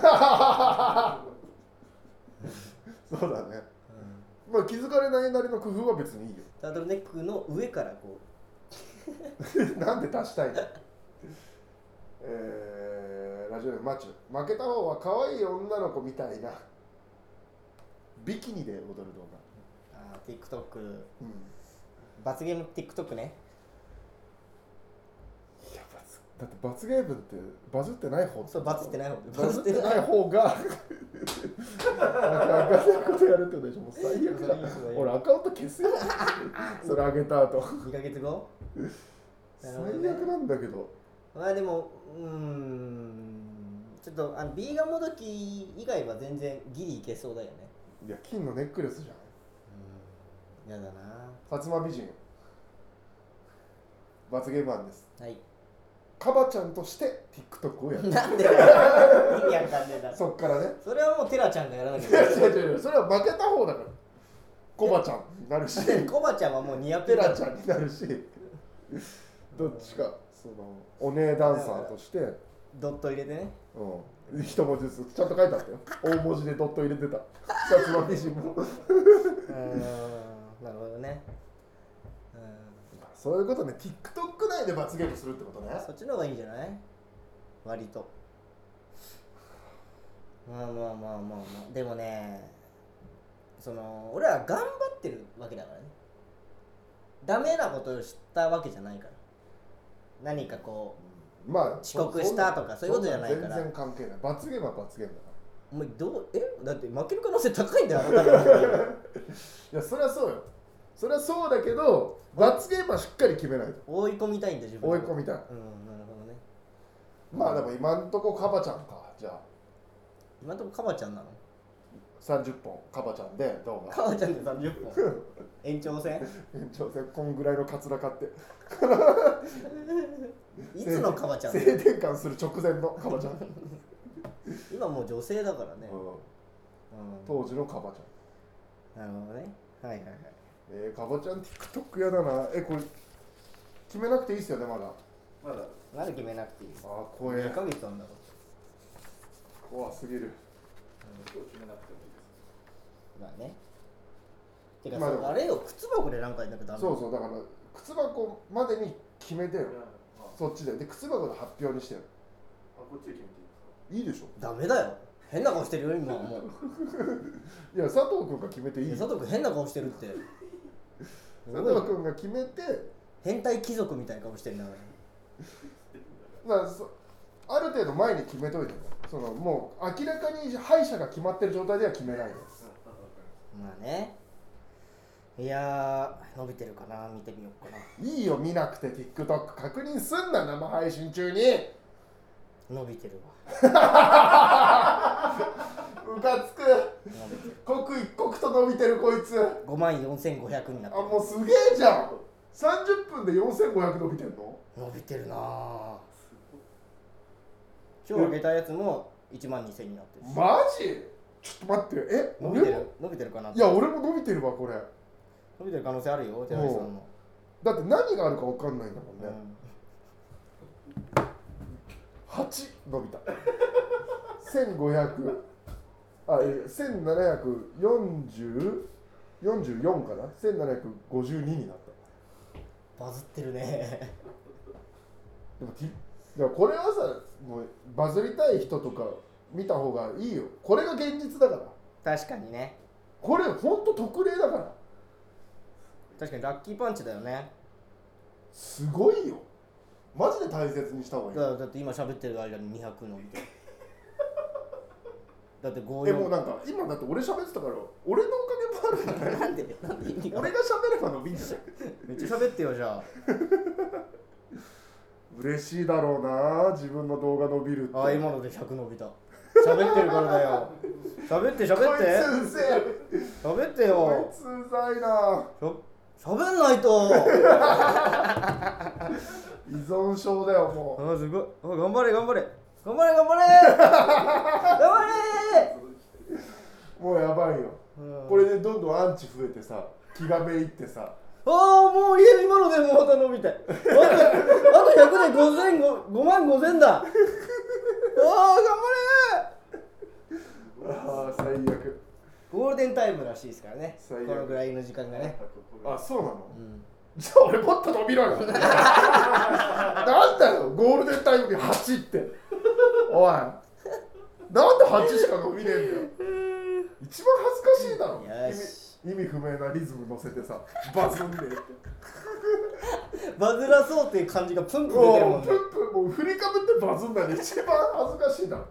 S2: そうだね。
S1: うん
S2: まあ気づかれないなりの工夫は別にいいよ。
S1: タートルネックの上からこ
S2: なんで出したいの えー、ラジオネームマチュ負けた方は可愛い女の子みたいなビキニで踊る動画、
S1: うあー TikTok
S2: うん、
S1: 罰ゲーム TikTok ね
S2: いや罰だって罰ゲームってバズってない方
S1: そうバズってない方
S2: バズってない方 がなんかあかんないことやるってことでしょもう最悪 だ俺アカウント消 すよそれあげた後
S1: 2ヶ月後
S2: 最
S1: なるほど
S2: 悪
S1: ね
S2: なんだけど
S1: まあでもうーんちょっとあのビーガンもどき以外は全然ギリいけそうだよね
S2: いや金のネックレスじゃん
S1: うんやだな
S2: 薩摩美人罰ゲーム案です
S1: はい
S2: カバちゃんとして TikTok をやる
S1: なんでだよ意味わかんねえだろ
S2: そっからね
S1: それはもうテラちゃんがやらなきゃい
S2: い
S1: け
S2: や違う違う違うそれは負けた方だからコバちゃんにな るし
S1: ないコバちゃんはもうニアペ
S2: ペラ
S1: ラ
S2: ちゃんになるしどっちかそのお姉ダンサーとして、
S1: ドット入れてね
S2: うん、一文字ずつちゃんと書いてあったよ大文字でドット入れてた薩摩美人も
S1: うーんなるほどねう
S2: そういうことね TikTok 内で罰ゲームするってことね
S1: んそっちの方がいいんじゃない割とまあまあまあまあまあでもねその俺ら頑張ってるわけだからねダメなことをしたわけじゃないから何かこ
S2: まあ
S1: 遅刻したとかそういうことじゃないから
S2: そん全然関係ない罰ゲームは罰ゲームだから
S1: うお前どうえだって負ける可能性高いんだよあなたら
S2: いやそりゃそうよそりゃそうだけど罰ゲームはしっかり決めないと
S1: 追い込みたいんだ自分
S2: 追い込みたい
S1: うんなるほどね
S2: まあでも今んとこカバちゃんかじゃあ
S1: 今んとこカバちゃんなの
S2: 30本カバちゃんで動
S1: カ
S2: 画
S1: バちゃんで30本延長戦
S2: 延長戦こんぐらいのカツラ買って
S1: いつのカバちゃんだよ
S2: 性転換する直前のカバちゃん、うん
S1: 今もう女性だからね、うん
S2: 当時のカバちゃん
S1: なるほどねはいはいはい
S2: えー、カバちゃん TikTok やだなえこれ決めなくていいっすよねまだあ
S3: まだ
S1: まだ決めなくていい
S2: あ怖え
S1: 2ヶ月あんだか
S2: 怖すぎる
S3: 今日決めなくてもいいです
S1: らまあねてか
S2: まあ
S1: そ
S2: でも
S1: うあれよ靴箱でなんかやんなきゃダメ
S2: そうそうだから靴箱までに決めてよ
S3: いやまあ
S2: そっちでで靴箱で発表にしてよ
S3: あこっちで決めていい
S2: いい
S3: ですか
S2: でしょ
S1: ダメだよ変な顔してるよ今はもう
S2: いや佐藤君が決めていい
S1: い
S2: よ
S1: や佐藤君変な顔してるって
S2: 佐藤君が決めて、
S1: 変態貴族みたいな顔してるんだから
S2: まあ、そある程度前に決めといてねそのもう明らかに敗者が決まってる状態では決めないです
S3: うんわかり
S1: ま
S3: まし
S1: あねいやー伸びてるかな見てみようか
S2: いいよ見なくて TikTok 確認すんな生配信中に
S1: な伸びてるわ
S2: ムカつく
S1: 伸びてる
S2: 刻一刻と伸びてるこいつあ
S1: 5万4500になってる
S2: もうすげえじゃん30分で4500伸びてんの
S1: 伸びてるなあ
S3: たすごい
S1: 今日あげたやつも1万2000になってるし
S2: マジちょっと待ってえ
S1: 伸びて
S2: 俺
S1: る
S2: も
S1: 伸びてるかない
S2: や俺も伸びてるわこれ
S1: 伸びてる可能性あるよ寺西さんも、
S2: だって何があるか分かんないんだもん
S1: う
S2: ね、
S1: ん、
S2: 8伸びた1500あえ1744かな1752になった
S1: バズってるね
S2: でもきでもこれはさもうバズりたい人とか見た方がいいよこれが現実だから
S1: 確かにね
S2: これほんと特例だから
S1: 確かにラッキーパンチだよね
S2: すごいよマジで大切にした方がいい
S1: だからだって今喋ってる間に200飲ん でだって5
S2: えもうなんか今だって俺喋ってたから俺のおかげもあるんだよ
S1: なんでなんで意味が
S2: 俺が喋れば伸びんじゃん
S1: めっちゃ喋ってよじゃ あ
S2: 嬉しいだろうな自分の動画伸びるって
S1: ああ今ので100伸びた喋ってるからだよ喋って
S2: こい
S1: 喋って
S2: つうぜえ
S1: 喋って
S2: こ
S1: よ
S2: いつうざいな
S1: しゃ喋んないと
S2: 依存症だよも
S1: あすごいあ頑張れ頑張れ頑張れ頑張れ頑
S2: うもうやばいよ
S1: 張れ
S2: これでどんどんアンチ増えてさ気がめいってさ
S1: ああもういや今のでもまた伸びたあとあと100で5000 5万5000だああ頑張れ
S2: ああ最悪
S1: ゴールデンタイムらしいですからねこ
S2: 最悪
S1: のぐらいの時間がね
S2: あそうなの
S1: うん
S2: じゃあ俺もっと伸 びろよなんだよゴールデンタイムに8っておいなんで8しか伸びねえんだよ一番恥ずかしいだろ
S1: よし
S2: 意味意味不明なリズム乗せてさバズんねえ って
S1: バズらそうっていう感じがプンプン出てるも
S2: も
S1: ん
S2: う
S1: ね
S2: プンプンもう振りかぶってバズんだね一番恥ずかしいだろ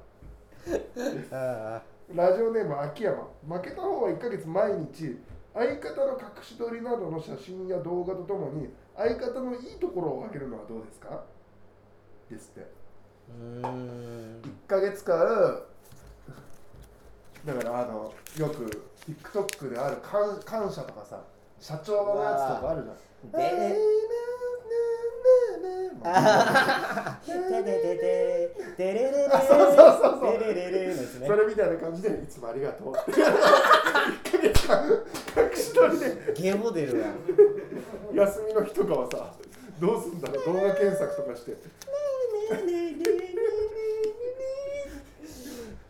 S1: あ
S2: ラジオネーム秋山負けた方は1ヶ月毎日相方の隠し撮りなどの写真や動画とともに相方のいいところをあげるのはどうですかですって
S1: ーうーん
S2: 1ヶ月間だからあのよく TikTok である感感謝とかさ社長のやつとかあるじゃん
S1: でねでででででれれれ
S2: あそうそうそうそう
S1: でれれれのやつね
S2: それみたいな感じでいつもありがとうって1ヶ月間隠し撮りで
S1: ゲボ出るわ
S2: 休みの日とかはさどうすんだろう動画検索とかして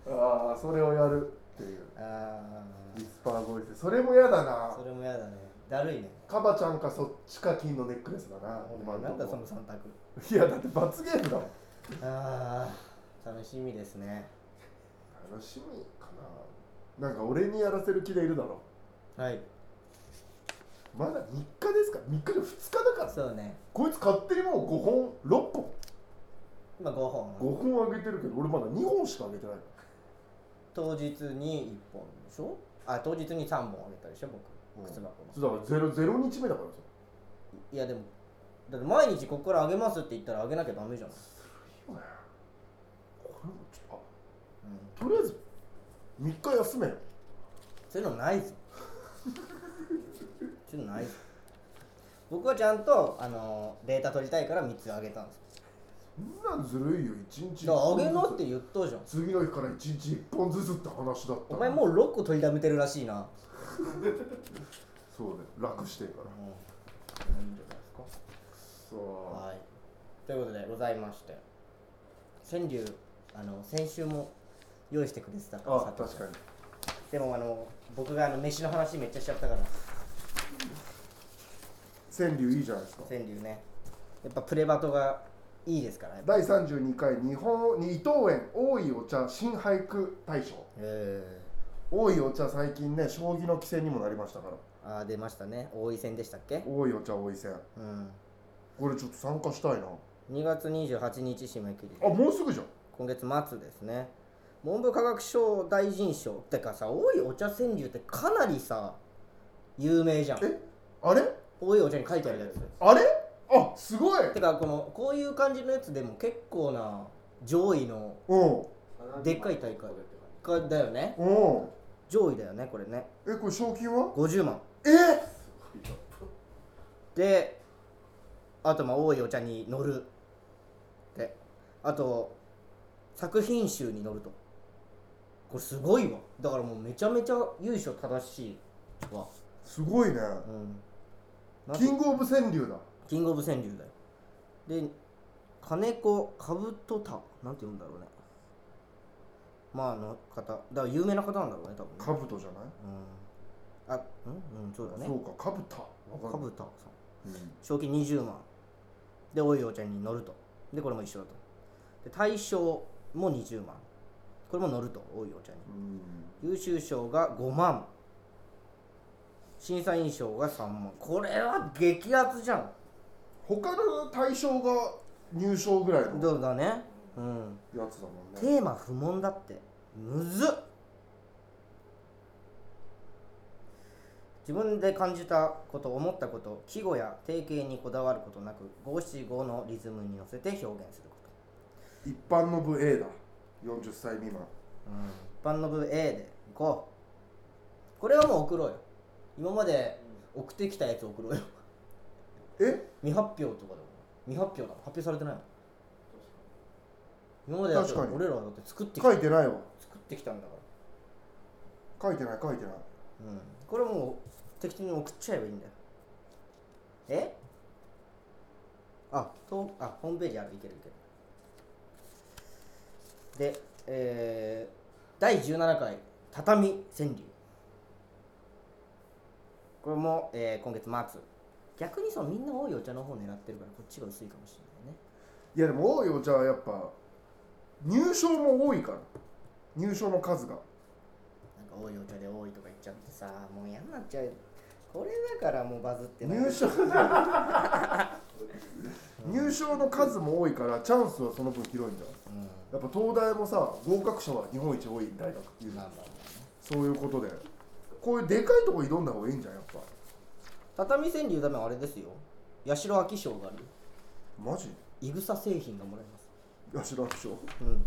S2: ああそれをやるっていう
S1: あ
S2: リスパーボイスそれも嫌だ
S1: あ
S2: な
S1: それもやだねだるいね
S2: カバちゃんかそっちか金のネックレスだな今
S1: なん
S2: ん
S1: だ
S2: と
S1: そ
S2: こ
S1: の三択
S2: いやだって罰ゲームだもん
S1: ああ楽しみですね
S2: 楽しみかななんか俺にやらせる気でいるだろ
S1: はい
S2: まだ3日ですか3日で2日だから
S1: そうね
S2: こいつ勝手にもう5本6本
S1: 今5本
S2: 5本あげてるけど俺まだ2本しかあげてない
S1: 当日に1本でしょあ当日に3本あげたでしょ
S2: うん
S1: 僕靴箱の
S2: だからゼロゼロ日目だからさ
S1: いやでもだって毎日ここからあげますって言ったらあげなきゃダメじゃん、
S2: これもちょっと
S1: うん、
S2: あとりあえず3日休めよ
S1: そういうの ないぞそういうのないぞ僕はちゃんとあのデータ取りたいから3つあげたんです
S2: そんなんずるいよ一日一
S1: だからあ
S2: 本ずつ
S1: げなって言ったじゃん
S2: 次の日から一日一本ずつって話だった
S1: お前もう6個取りだめてるらしいな、
S2: そうね楽してるから
S1: うん、いいんじゃないですか
S2: そう、
S1: はい、ということでございまして川柳あの先週も用意してくれてたから
S2: あ
S1: 佐藤
S2: 確
S1: さ
S2: か
S1: ん
S2: に
S1: でもあの僕があの飯の話めっちゃしちゃったから
S2: 川柳いいじゃないですか
S1: 川柳ねやっぱプレバトがいいですからね
S2: 第32回日本に伊藤園多いお茶新俳句大賞
S1: え
S2: 多いお茶最近ね将棋の規制にもなりましたから
S1: ー、あー出ましたね王位戦でしたっけ
S2: 多いお茶多い戦
S1: うん
S2: これちょっと参加したいなあ
S1: 2月28日締め切り
S2: もうすぐじゃん
S1: 今月末ですね文部科学省大臣賞ってかさ多いお茶川柳ってかなりさ有名じゃん
S2: えあれ
S1: 多いお茶に書いてあるやつ
S2: あれあすごい
S1: てかこのこういう感じのやつでも結構な上位の
S2: うん
S1: でっかい大会かだよね
S2: うん
S1: 上位だよねこれね
S2: えこれ賞金は
S1: 50万
S2: え
S1: であとまあ多いお茶に乗るであと作品集に乗るとこれすごいわだからもうめちゃめちゃ由緒正しいわ
S2: すごいね
S1: うんなん
S2: キ
S1: て
S2: ングオブ川柳だ
S1: キングオブ川柳だよで金子カブトタなんて読むんだろうねまああの方だから有名な方なんだろうね多分ね
S2: 兜じゃない
S1: うんあうんうんそうだね
S2: そうか、かぶた。わ
S1: カ
S2: かる
S1: ブタさん
S2: うん
S1: 賞金20万でおいお茶に乗るとでこれも一緒だとで大賞も20万これも乗るとおいお茶に
S2: うん
S1: 優秀賞が5万審査員賞が3万これは激アツじゃん
S2: 他の対象が入賞ぐらいの
S1: どうだねうん
S2: やつだもん
S1: テ
S2: ね
S1: ーマ不問だってむずっ自分で感じたこと思ったこと季語や定型にこだわることなく五七五のリズムに乗せて表現するこ
S2: 一般の部 A だ40歳未満
S1: と、うん、一般の部 A でいこうこれはもう送ろうよ今まで送ってきたやつ送ろうよ
S2: え
S1: 未発表とかでも未発表だもん発表されてないもん今までだって
S2: 確かに
S1: 俺らはだって作ってきた
S2: 書いてないわ
S1: 作ってきたんだから
S2: 書いてない書いてない
S1: うん、これもう適当に送っちゃえばいいんだよえあとあホームページあるいけるいけるでえー、第17回「畳川柳」これも、えー今月末逆にそのみんな多いお茶の方狙ってるからこっちが薄いかもしれないね
S2: いやでも多いお茶はやっぱ入賞も多いから入賞の数が
S1: なんか多いお茶で多いとか言っちゃってさもう嫌になっちゃうこれだからもうバズってない
S2: 入賞入賞の数も多いからチャンスはその分広いんだ
S1: うん
S2: やっぱ東大もさ合格者は日本一多い大学っていう
S1: まあまあまあ
S2: そういうことでこういうでかいとこ挑んだ方がいいんじゃんやっぱ
S1: 畳川柳ダメはあれですよ八代亜紀賞があるよ
S2: マジ
S1: いぐさ製品がもらえます
S2: 八代亜紀賞
S1: うん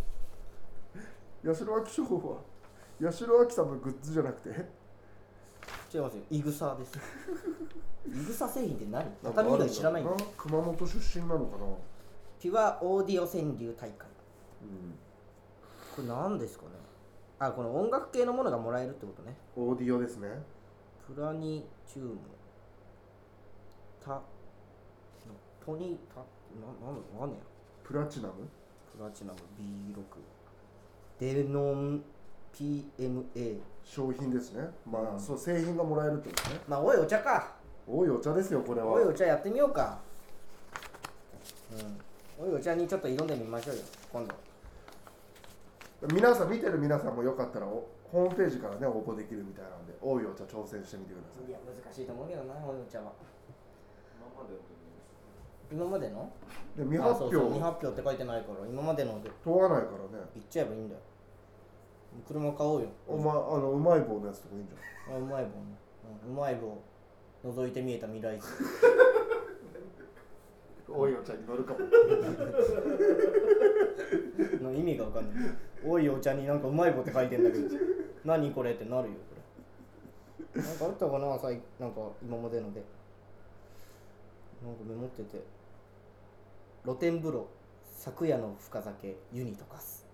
S2: 八代亜紀賞は八代亜紀さんのグッズじゃなくて
S1: 違いますよいぐさ ですいぐさ製品って何
S2: なんかあるん
S1: 畳以
S2: だ
S1: 外知らないの
S2: 熊本出身なのかな
S1: ピュアオーディオ川柳大会
S2: うん
S1: これ何ですかねあこの音楽系のものがもらえるってことね
S2: オーディオですね
S1: プラニチュームタトニタななんだわかんねえ
S2: プラチナム
S1: やプラチナム B6 デノン PMA
S2: 商品ですねまあ、
S1: うん
S2: そう製品がもらえるってことね
S1: まあおいお茶か
S2: 多いお茶ですよこれは
S1: おいお茶やってみようかうんおいお茶にちょっと挑んでみましょうよ今度
S2: 皆さん見てる皆さんもよかったらおホームページからね応募できるみたいなので多いお茶挑戦してみてください
S1: いや難しいと思うけどなおいお茶は
S3: 今
S1: 今ま
S3: までの
S1: での
S2: で未
S1: あ
S2: 発
S1: そう
S2: 表
S1: そう未発表って書いてないから今までので
S2: 問わないからね
S1: 言っちゃえばいいんだよ車買おうよ
S2: お前あのうまい棒のやつとかいいんじゃん
S1: あうまい棒ね、うんうまい棒覗いて見えた未来図
S2: おいお茶に乗るかも
S1: の意味が分かんないおいお茶になんかうまい棒って書いてんだけど何これってなるよこれなんかあったかなさいなんか今までのでなんかメモってて露天風呂昨夜の深酒湯に溶かす、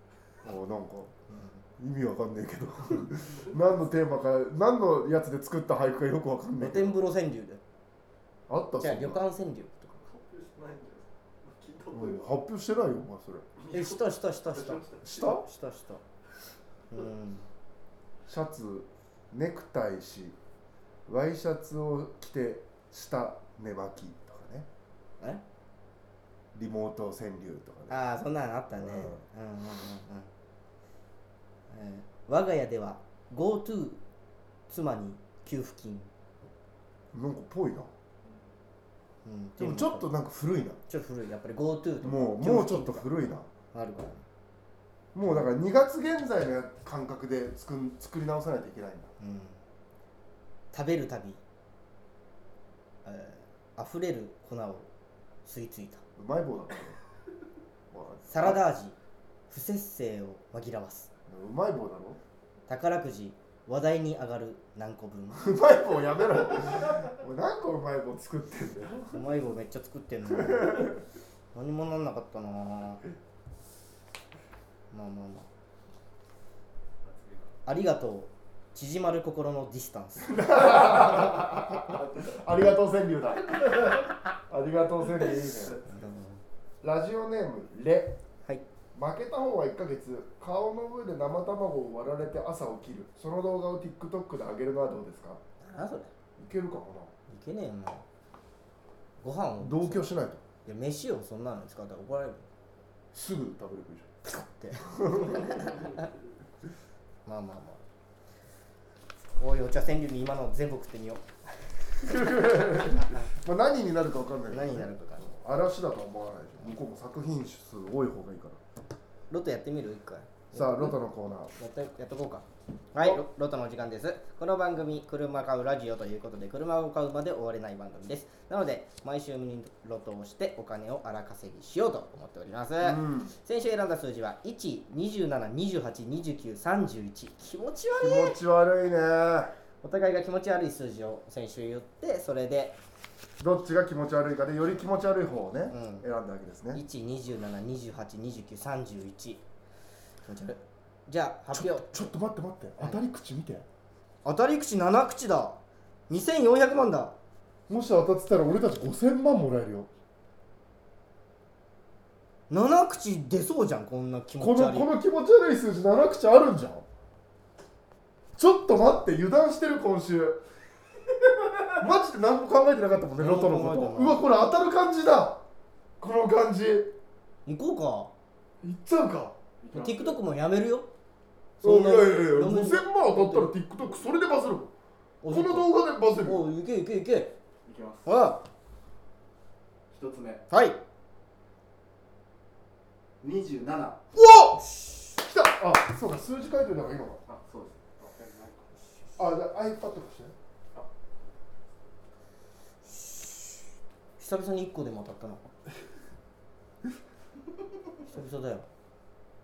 S2: あなんか
S1: う
S2: 意味わかんないけど 何のテーマか何のやつで作った俳句かよくわかん
S1: ん
S2: ない
S1: 露天風呂川柳で
S2: あった
S1: じゃあ
S2: そん
S1: 旅
S2: な
S1: 館川柳とか
S3: 発表してないん
S2: うん発表してないよお
S3: じゃないですか聞いたこ
S2: 前それ
S3: と
S1: えしたしたしたした
S2: した
S1: したしたうん
S2: シャツネクタイしワイシャツを着てした寝巻きとかね
S1: え
S2: リモート川柳とかね
S1: ああそんなのあったね、
S2: う
S1: う
S2: ん
S1: ん、うんうんうんえー我が家では GoTo 妻に給付金、
S2: なんかぽいな
S1: うん、
S2: でもちょっとなんか古いな
S1: ちょっと古いやっぱり GoTo と
S2: もうもうちょっと古いな
S1: あるから
S2: もうだから2月現在の感覚で作ん作り直さないといけないんだ
S1: うん食べるたび、えー、溢れる粉を吸い付いた
S2: うまい 棒だったねまあ
S1: サラダ味不節制を紛らわす
S2: うまい棒だろ
S1: 宝くじ話題に上がる何個分
S2: うまい棒やめろ俺何個うまい棒作ってんだよ
S1: うまい棒めっちゃ作って んの何もなんなかったなぁまあまあまあありがとう縮まる心のディスタ ンス
S2: ありがとう川柳だありがとう川柳いいねラジオネームレ
S1: はい
S2: 負けた方は1ヶ月顔の上で生卵を割られて朝起きるその動画を TikTok で上げるのはどうですか
S1: 何それい
S2: いけるかも
S1: けねえよなご飯を
S2: な同居しないと
S1: いや飯をそんなの使ったら怒られる
S2: すぐ食べればいいじ
S1: ピコってまあまあまあおいお茶川柳に今の全部食ってみよう
S2: ゃん、まあ、何になるか分かんないけど
S1: 何になるかか
S2: あ嵐だとは思わないでしょ向こうも作品数多い方がいいから
S1: ロトやってみる一回
S2: さあロトのコーナー
S1: やってやっとこうかはいロロトの時間ですこの番組「車買うラジオ」ということで車を買うまで終われない番組ですなので毎週ミニロトをしてお金を荒稼ぎしようと思っております、
S2: うん、
S1: 先週選んだ数字は127282931気持ち悪い
S2: 気持ち悪いね
S1: お互いが気持ち悪い数字を先週言ってそれで
S2: どっちが気持ち悪いかでより気持ち悪い方をね、
S1: ん
S2: 選んだわけですね
S1: 127282931気持ち悪いじゃあ発表
S2: ちょっと待って待って当たり口見て、
S1: 当たり口7口だ2400万だ
S2: もし当たってたら俺たち5000万もらえるよ
S1: 7口出そうじゃんこんな気
S2: こ
S1: 持ち
S2: の
S1: 悪い
S2: この気持ち悪い数字7口あるんじゃんちょっと待って油断してる今週 マジで何も考えてなかったもんねロトのこ
S1: 何も考え
S2: と
S1: て
S2: う
S1: ない
S2: わこれ当たる感じだこの感じいっ
S1: 行こ
S2: ちゃうか
S1: うか TikTok もやめるよ
S2: うんいやいやいや
S1: ロム
S2: 5000万当たったら TikTok それでバズるもん
S1: お
S2: この動画でバズる
S1: おいけいけいけ
S3: いきます
S1: あ
S3: 一つ目
S1: はい
S3: 27あ
S2: お来たあそうか数字書いてるのが今か
S3: そうですわかりま
S2: あじゃあ iPad として
S1: 久々に1個でも当たったな久々だよ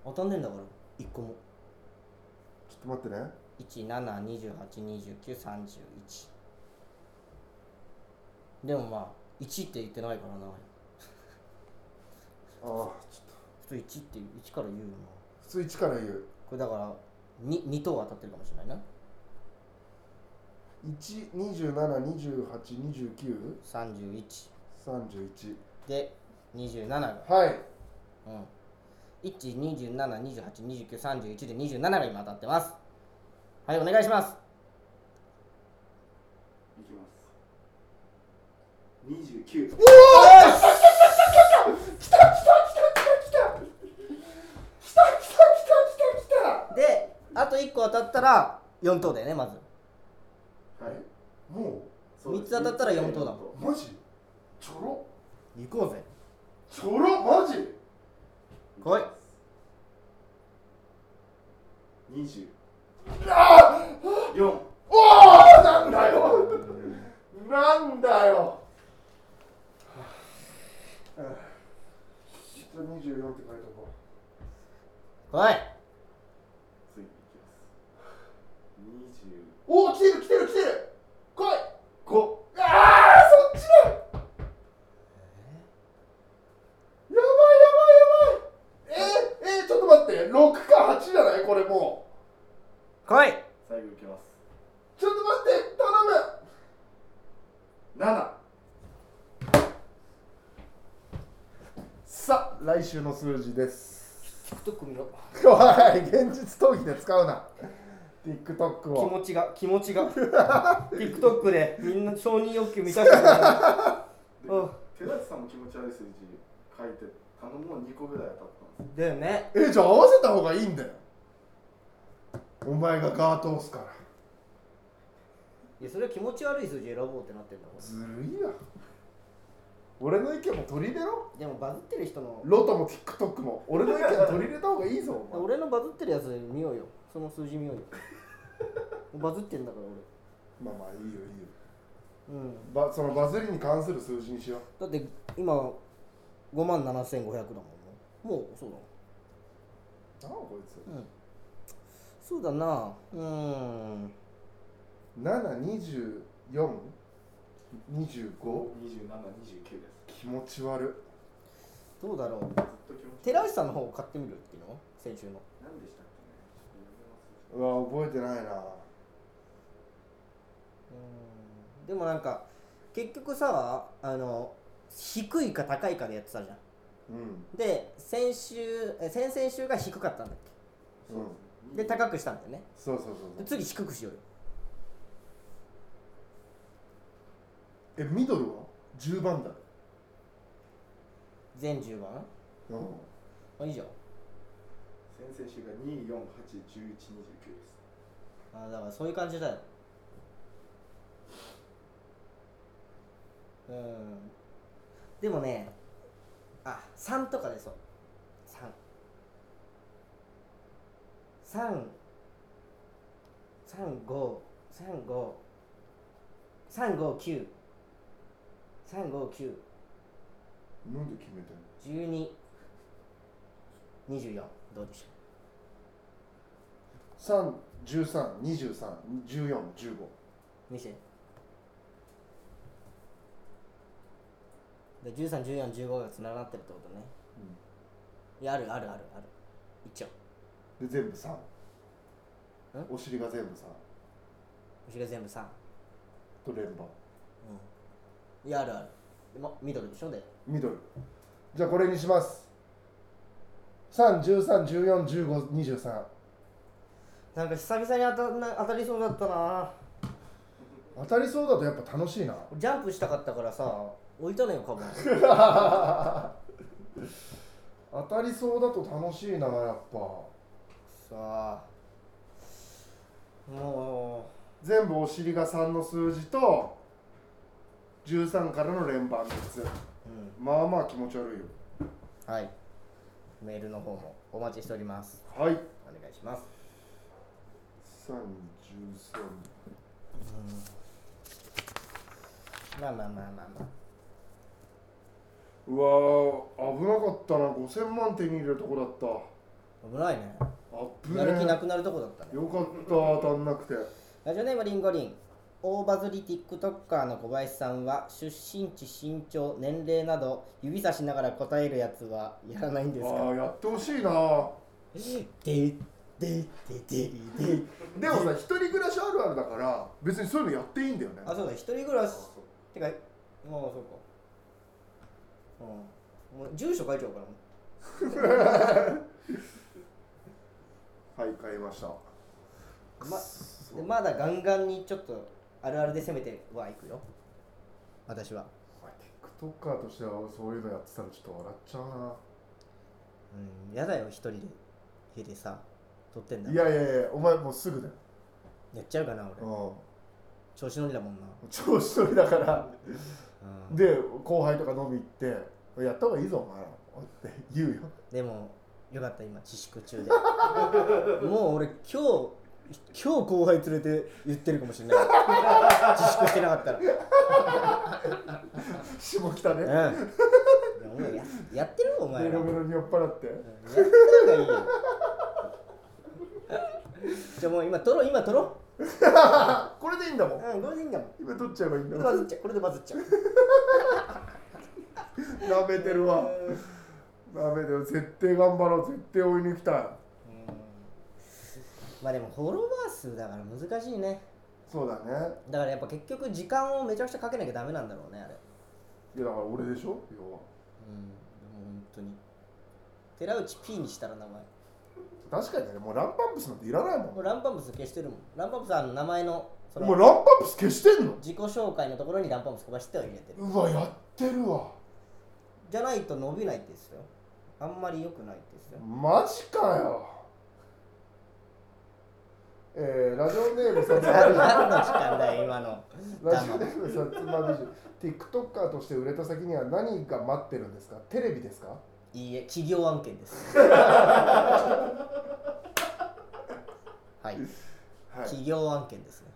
S1: 当たんねえんだから1個も
S2: ちょっと待ってね
S1: 17282931でもまあ1って言ってないからな
S2: ああちょっと
S1: 普通1って1から言うよな
S2: 普通1から言う
S1: これだから 2, 2等当たってるかもしれないな
S2: 127282931
S1: 31で27が
S2: はい
S1: うん127282931で27が今当たってますはいお願いします
S3: すいきます29
S2: 来た来た来た来た来
S1: であと1個当たったら4等だよねまず
S2: たはいも
S3: そうです
S1: 三つ当たったら四等だもん
S2: うマジちょろ
S1: 行こうぜ
S2: ちょろマジ
S1: 来い
S3: 20
S2: ああ
S3: 4
S2: おおなんだよなんだよちょっと24って書いとこ
S1: 来い
S3: 次いきます
S2: うおお来てる来てる来てる来い5ああそっちだやばいやばいやばいえー、えー、ちょっと待って6か8じゃないこれもう
S1: 来い
S3: 20最後いきます
S2: ちょっと待って頼むさあ来週の数字です
S1: TikTok 見ろ
S2: おい現実逃避で使うな TikTok
S1: 気
S2: を
S1: 持ちが気持ち が TikTok でみんな承認欲求満たしてる
S3: で
S1: うん
S3: 手立さんも気持ち悪い数字書いて頼むの2個ぐらい当たったんです
S1: だよね
S2: えじゃあ合わせた方がいいんだよお前がガー通すから
S1: いやそれは気持ち悪い数字選ぼうってなってるんだも
S2: ずるいや俺の意見も取り入れろ
S1: んでもバズってる人の
S2: ロトも TikTok も俺の意見取り入れた方がいいぞ お前
S1: 俺のバズってるやつ見ようよその数字見ようよバズってんだから
S2: まあまあいいよいいよ
S1: 俺うん
S2: ばそのバズりに関する数字にしよう
S1: だって今5万7500だもんねもうそうだ
S2: なあこいつ
S1: うんそうだなうーん
S2: 72425
S3: 2729です
S2: 気持ち悪
S1: どうだろう
S3: ずっと気持ち悪い
S1: 寺内さんの方を買ってみるっていうのは先週の
S3: 何でしたっけねちょっと読
S2: うわ
S3: みます
S2: 覚えてないな
S1: うーんでもなんか結局さあの低いか高いかでやってたじゃん
S2: うん
S1: で先週え先々週が低かったんだっ
S2: うん
S1: けで高くしたんだよね
S2: そうそうそ
S1: で
S2: うそう
S1: 次低くしようよ
S2: えミドルは10番だ
S1: 全10番
S2: うん
S1: あいいじゃん
S3: 先々週が24811129です
S1: あだからそういう感じだようーんでもねあ3とかでそう3 3 5 3 5 3 5 9 3 5 9
S2: なんで決めてんの
S1: 12 24どうでしょ
S2: 3 13 23 14 15
S1: う見せてで131415がつながってるってことね、いやあるあるあるある一応
S2: で全部3
S1: え
S2: お尻が全部3
S1: うちが全部3
S2: と連番
S1: いやあるあるでもミドルでしょで
S2: 緑じゃあこれにします3 13 14 15 23
S1: なんか久々に当たんな当たりそうだったな
S2: 当たりそうだとやっぱ楽しいな
S1: 俺ジャンプしたかったからさ置いたのよカ バン
S2: 当たりそうだと楽しいなやっぱ
S1: さあも
S2: 全部お尻が3の数字と13からの連番3つ
S1: うう
S2: まあまあ気持ち悪いよ
S1: んはいメールの方もお待ちしておりますお
S2: はい
S1: 願いします
S2: 313
S1: まあまあまあまあまあ
S2: うわー危なかったな5000万手に入れるとこだった
S1: 危ないね
S2: あっぶね
S1: やる気な
S2: ー
S1: くなるとこだったね
S2: よかった当たんなくて
S1: ラジオネームリンゴリン大バズり TikToker の小林さんは出身地身長年齢など指さしながら答えるやつはやらないんです
S2: あ
S1: か
S2: ーやってほしいな
S1: ででででで
S2: でもさ一人暮らしあるあるだから別にそういうのやっていいんだよね
S1: あそうだ一人暮らしってかもうそうかうんもう住所書いちゃおうかな
S2: はい買いました
S1: ま
S2: そう
S1: でまだガンガンにちょっとあるあるで攻めてはいくよ私は
S2: まあ TikToker としてはそういうのやってたらちょっと笑っちゃう
S1: うんやだよ一人で家でさ撮ってんだ
S2: ないやいやいやお前もうすぐだよ
S1: やっちゃうかな俺
S2: う
S1: 調子乗りだもんな、
S2: ん調子乗りだから
S1: うん、
S2: で後輩とか飲み行ってやった方がいいぞお前らって言うよ
S1: でもよかった今自粛中で もう俺今日今日後輩連れて言ってるかもしれない自粛してなかったら、うん、い
S2: 下北ね
S1: やお前ややってるお前
S2: ベ
S1: ら
S2: ロ
S1: うん
S2: ベ
S1: や
S2: ロに酔っ払って
S1: ってるがいいよじゃあもう今撮ろう今撮ろ
S2: あこれでいいんだもん
S1: ううんこれでいいんだもん
S2: 今取っちゃえばいいん
S1: こ
S2: だ
S1: れでバ
S2: もん
S1: ズっちゃうこれでバズっちゃう
S2: なめてるわなめてる絶対頑張ろう絶対追い抜きたい
S1: まあでもフォロワー数だから難しいね
S2: そうだね
S1: だからやっぱ結局時間をめちゃくちゃかけなきゃダメなんだろうねあれ
S2: いやだから俺でしょ要は
S1: うん、でも本当に。寺内 P にしたら名前。
S2: 確かにねもうランパンプスなんていらないも
S1: も
S2: ん
S1: うランパンプス消してるもん。ランパンプスはあの名前のそ
S2: もう
S1: の
S2: ランパンプス消してんの
S1: 自己紹介のところにランパンプス小林っては入れてる。
S2: うわやってるわ
S1: じゃないと伸びないですよ。あんまり良くないですよ。
S2: マジかよえー、ラジオネームさつま
S1: 何
S2: 美
S1: の
S2: 人
S1: 時間だよ、今の。
S2: ラジオネームさつま美人 TikToker として売れた先には何が待ってるんですかテレビですか
S1: いいえ、企業案件です。はい、
S2: はい
S1: 企業案件ですね。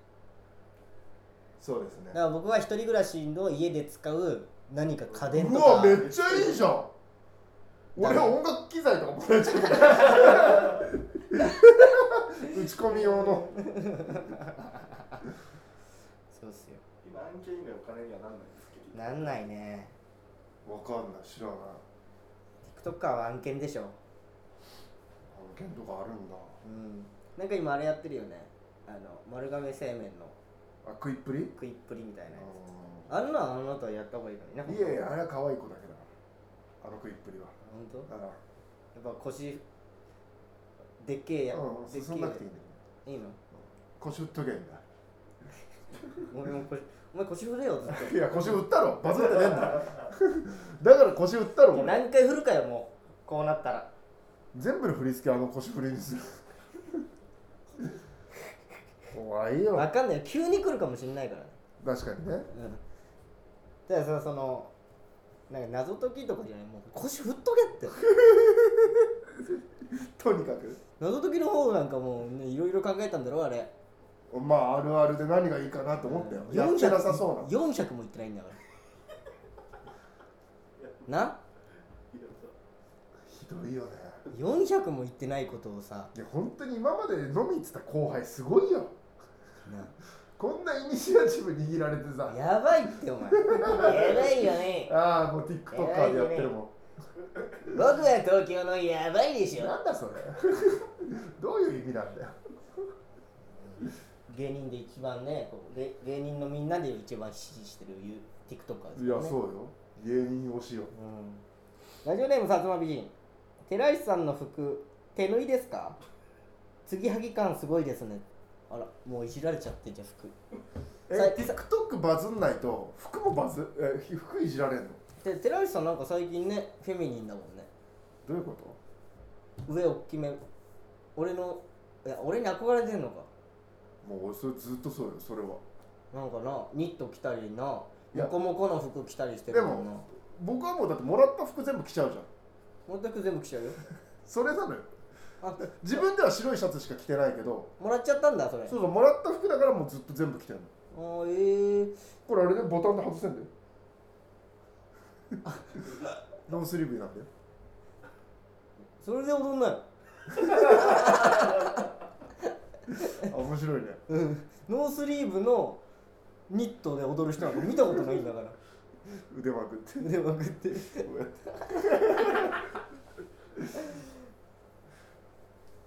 S2: そうです
S1: だから僕は一人暮らしの家で使う何か家電
S2: う
S1: と
S2: わ
S1: か。
S2: めっちゃいいじゃん俺
S1: ダメ
S2: 音楽機材とかもらえちゃうから 打ち込み用の
S1: そうっすよ。
S3: 今案件以外お金にはなんないんですけど
S1: なんないね。
S2: わかんない知らない
S1: TikToker は案件でしょ。
S2: 案件とかあるんだ
S1: うん、なんか今あれやってるよねあの丸亀製麺の
S2: あ食いっぷり
S1: 食いっぷりみたいなやつあんなのあなたはやった方がいいのにない
S2: やいやあれは可愛い子だけだからあの食いっぷりは
S1: 本当や
S2: あ
S1: っぱ腰でっけえや、
S2: うん
S1: でっけ
S2: そんなくていいん
S1: え
S2: だよ
S1: いいの
S2: 腰打っときゃいいんだ
S1: 俺も腰お前腰振れよずっ
S2: いや腰打ったろバズってねえんだ よだから腰打ったろ
S1: と
S2: 俺
S1: 何回振るかよもうこうなったら
S2: 全部の振り付けあの腰振りにする 怖いよ
S1: 分かんないよ急に来るかもしんないからね
S2: 確かにね
S1: うんだからさそのなんか謎解きとかじゃないもう腰振っとけって
S2: とにかく
S1: 謎解きの方なんかもうねいろいろ考えたんだろあれ
S2: まああるあるで何がいいかなと思ったよ、やってなさそうな
S1: 400もいってないんだからない
S3: やさ
S2: ひどいよね
S1: 400もいってないことをさ
S2: いや本当に今まで飲み行ってた後輩すごいよ
S1: な
S2: こんなイニシアチブ握られてさ
S1: やばいってお前やばいよね
S2: ああもう TikToker でやってるも
S1: 僕は東京のやばいでし
S2: んなんだそれ どういう意味なんだよ
S1: 芸人で一番ねこう芸芸人のみんなで一番支持してる TikToker です
S2: い
S1: よ
S2: や
S1: ね
S2: そうよ芸人推しよ
S1: うんラジオネーム薩摩美人寺石さんの服手縫いですか継ぎはぎ感すごいですねあらもういじられちゃってんじゃん服
S2: え TikTok バズんないと服もバズえ服いじられんの
S1: で寺石さんなんか最近ねフェミニンだもんね
S2: どういうこと
S1: 上大きめ俺のいや俺に憧れてんのか
S2: もう俺それずっとそうよそれは
S1: なんかなニット着たりない
S2: や
S1: モコモコの服着たりしてるもんな
S2: 僕はもうだってもらった服全部着ちゃうじゃん
S1: 全く全部着ちゃうよ
S2: それなのよ
S1: あ
S2: 自分では白いシャツしか着てないけど
S1: もらっちゃったんだそれ
S2: そうそうもらった服だからもうずっと全部着てるの
S1: あーえー、
S2: これあれでボタンで外せんだよ ノースリーブになんだよ
S1: それで踊んない
S2: あ面白いね
S1: うんノースリーブのニットで踊る人なんか見たことないんだから
S2: 腕まくって
S1: 腕まくって
S2: こうや って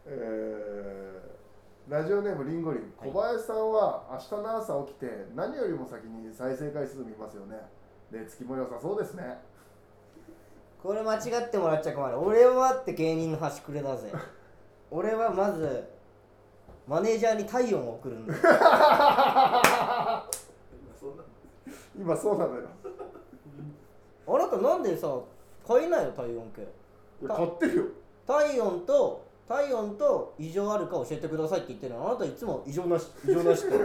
S2: えーラジオネームリンゴリン
S1: はい
S2: 小林さんは明日の朝起きて何よりも先に再生回数見ますよねで月も良さそうですね
S1: これ間違ってもらっちゃ困る俺はって芸人の端くれだぜ俺はまずマネージャーに体温を送るんだよ
S3: そんな
S2: 今そうなのよ
S1: あなたなんでさ買えないよ体温計
S2: いや買ってるよ
S1: 体温と体温と異常あるか教えてくださいって言ってるのあなたいつも異常なし異常なしって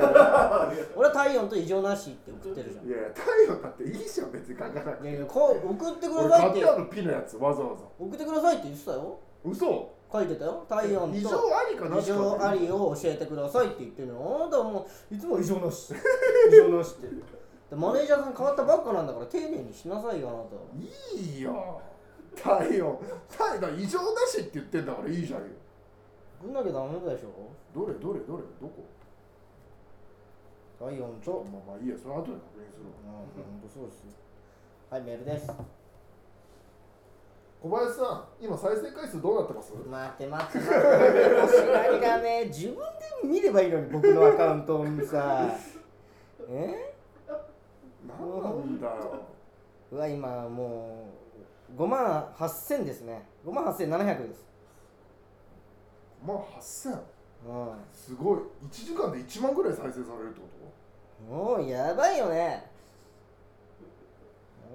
S1: 俺は体温と異常なしって送ってるじゃん
S2: いやいや太陽だっていいじゃん別に書かなく
S1: い
S2: て
S1: やいやこう送ってく
S2: 俺
S1: ださいっ
S2: 買って
S1: て
S2: あるピのやつわざわざ
S1: 送ってくださいって言ってたよ
S2: 嘘
S1: 書いてたよ体温と
S2: 異常ありかな
S1: 異常あ
S2: り
S1: りを教えてくださいって言ってるのあなたはもういつも異常なし異常なしってでマネージャーさん変わったばっかなんだから丁寧にしなさいよあなたはい
S2: いよ太陽太陽異常なしって言ってんだからいいじゃんよ
S1: 送んなきゃダメでしょ
S2: どれどれどれどこ
S1: 体温
S2: ちょ
S1: と
S2: まあまあいいやそれ後で確認するわ
S1: ああ本当そうですよはいメールです
S2: 小林さん今再生回数どうなってます
S1: 待って待って待って欲しがりがね自分で見ればいいのに僕のアカウントにさえ
S2: 何なんだよ
S1: うわ今もう5万8000ですね5万8700です
S2: まあ8000
S1: うん
S2: すごい1時間で1万ぐらい再生されるってこ
S1: もうやばいよね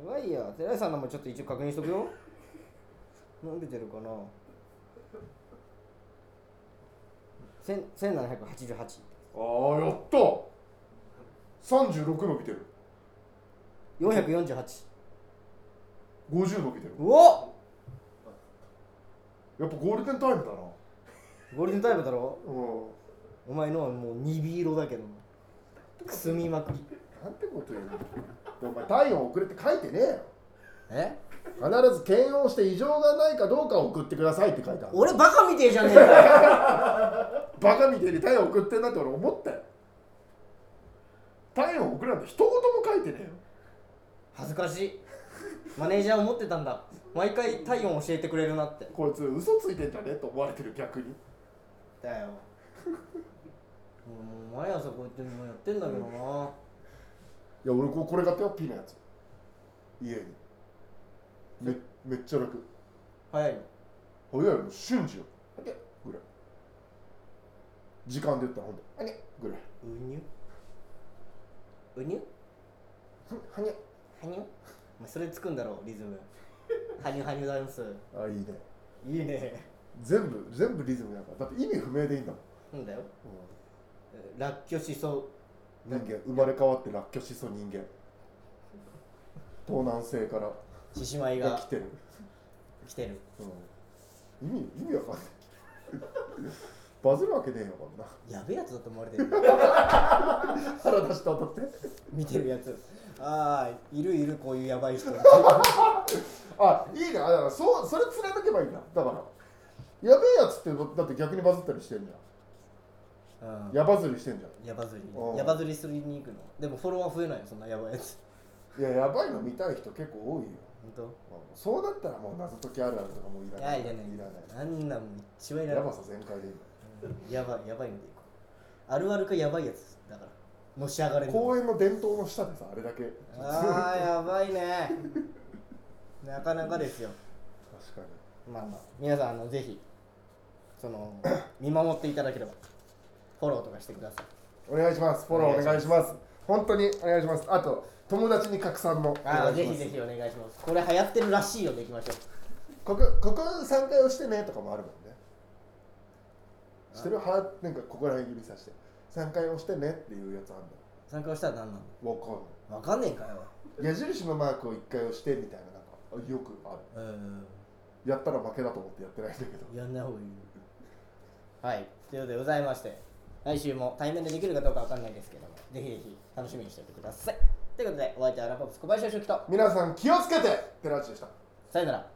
S1: やばいよ寺井さんのもちょっと一応確認しとくよ何出てるかな千1788
S2: とああやった36伸びてる
S1: 448
S2: 50伸びてる
S1: うお
S2: やっぱゴールデンタイムだな
S1: ゴールデンタイムだろ
S2: うん
S1: お前のはもう鈍色だけどなくすみまくり
S2: なんてこと言うのお前体温遅れって書いてねえよ
S1: え
S2: 必ず検温して異常がないかどうかを送ってくださいって書いてある
S1: 俺バカみてえじゃねえか よ
S2: バカみてえに体温送ってんなって俺思ったよ体温送るなんて一言も書いてねえよ
S1: 恥ずかしいマネージャー思ってたんだ毎回体温教えてくれるなって
S2: こいつ嘘ついてんじゃねえと思われてる逆に
S1: だよもう毎朝こうやってもうやってんだけどない
S2: や俺ここれ買ったよピーのやつ家にめめっちゃ楽
S1: 早いの
S2: 早いの瞬時よあれぐらい時間で言ったらほんであれぐらいう
S1: にゅうにゅ
S2: はにゃ
S1: はにゅお前それつくんだろリズムはにゅはにゅダンス
S2: あいいね
S1: いいね
S2: 全部全部リズムだからだって意味不明でいいんだもん、
S1: なんだよらっきょしそ
S2: 人間生まれ変わってらっきょしそ人間東南西から
S1: 獅子舞
S2: が
S1: が
S2: 来てる、
S1: 来てる
S2: うん、意味意味わかんないバズるわけねえのかもな
S1: やべえやつだと思われてる
S2: 腹出して当たって
S1: 見てるやつああいるいるこういうやばい 人
S2: あいいなだからそうそれ貫けばいいなだからやべえやつってだって逆にバズったりしてんじ
S1: うん
S2: ゃんやバズりしてんじゃん
S1: やば釣
S2: うん
S1: りやば釣りすりに行くのでもフォロワー増えないよそんなやばいやつ
S2: いややばいの見たい人結構多いよ
S1: 本当
S2: そうだったらもう謎解きあるあるとかもういら
S1: い
S2: な
S1: や
S2: い
S1: いらない
S2: いら
S1: あんなん一番い
S2: ない
S1: ら
S2: や
S1: ない
S2: ばさ全開でいい
S1: うんやばいやばいのでいこうあるあるかやばいやつだからのし上がれるの
S2: 公園の伝統の下でさあれだけ
S1: ああやばいねなかなかですよ
S2: 確かに
S1: まあまあ皆さんあのぜひそ の見守っていただければフォローとかしてください
S2: お願いしますフォローお願いします本当にお願いしますあと友達に拡散もお
S1: ああ
S2: 願い
S1: ぜ
S2: しま
S1: ひ
S2: す
S1: ぜひお願いしますこれ流行ってるらしいよでいきましょう
S2: ここここ3回押してねとかもあるもんねしてるはなんかここら辺指さして3回押してねっていうやつあんの
S1: 参加したら何なの
S2: わかん
S1: わかんねえんかよ
S2: ない矢印のマークを1回押してみたいななんかよくある
S1: うん
S2: やったら負けだと思ってやってないんだけど
S1: やんない方がいいはいということでございまして来週も対面でできるかどうかわかんないですけどもぜひぜひ楽しみにしておいてくださいということでお相手はラパプス小林俊樹と
S2: 皆さん気をつけてってラジでした
S1: さよなら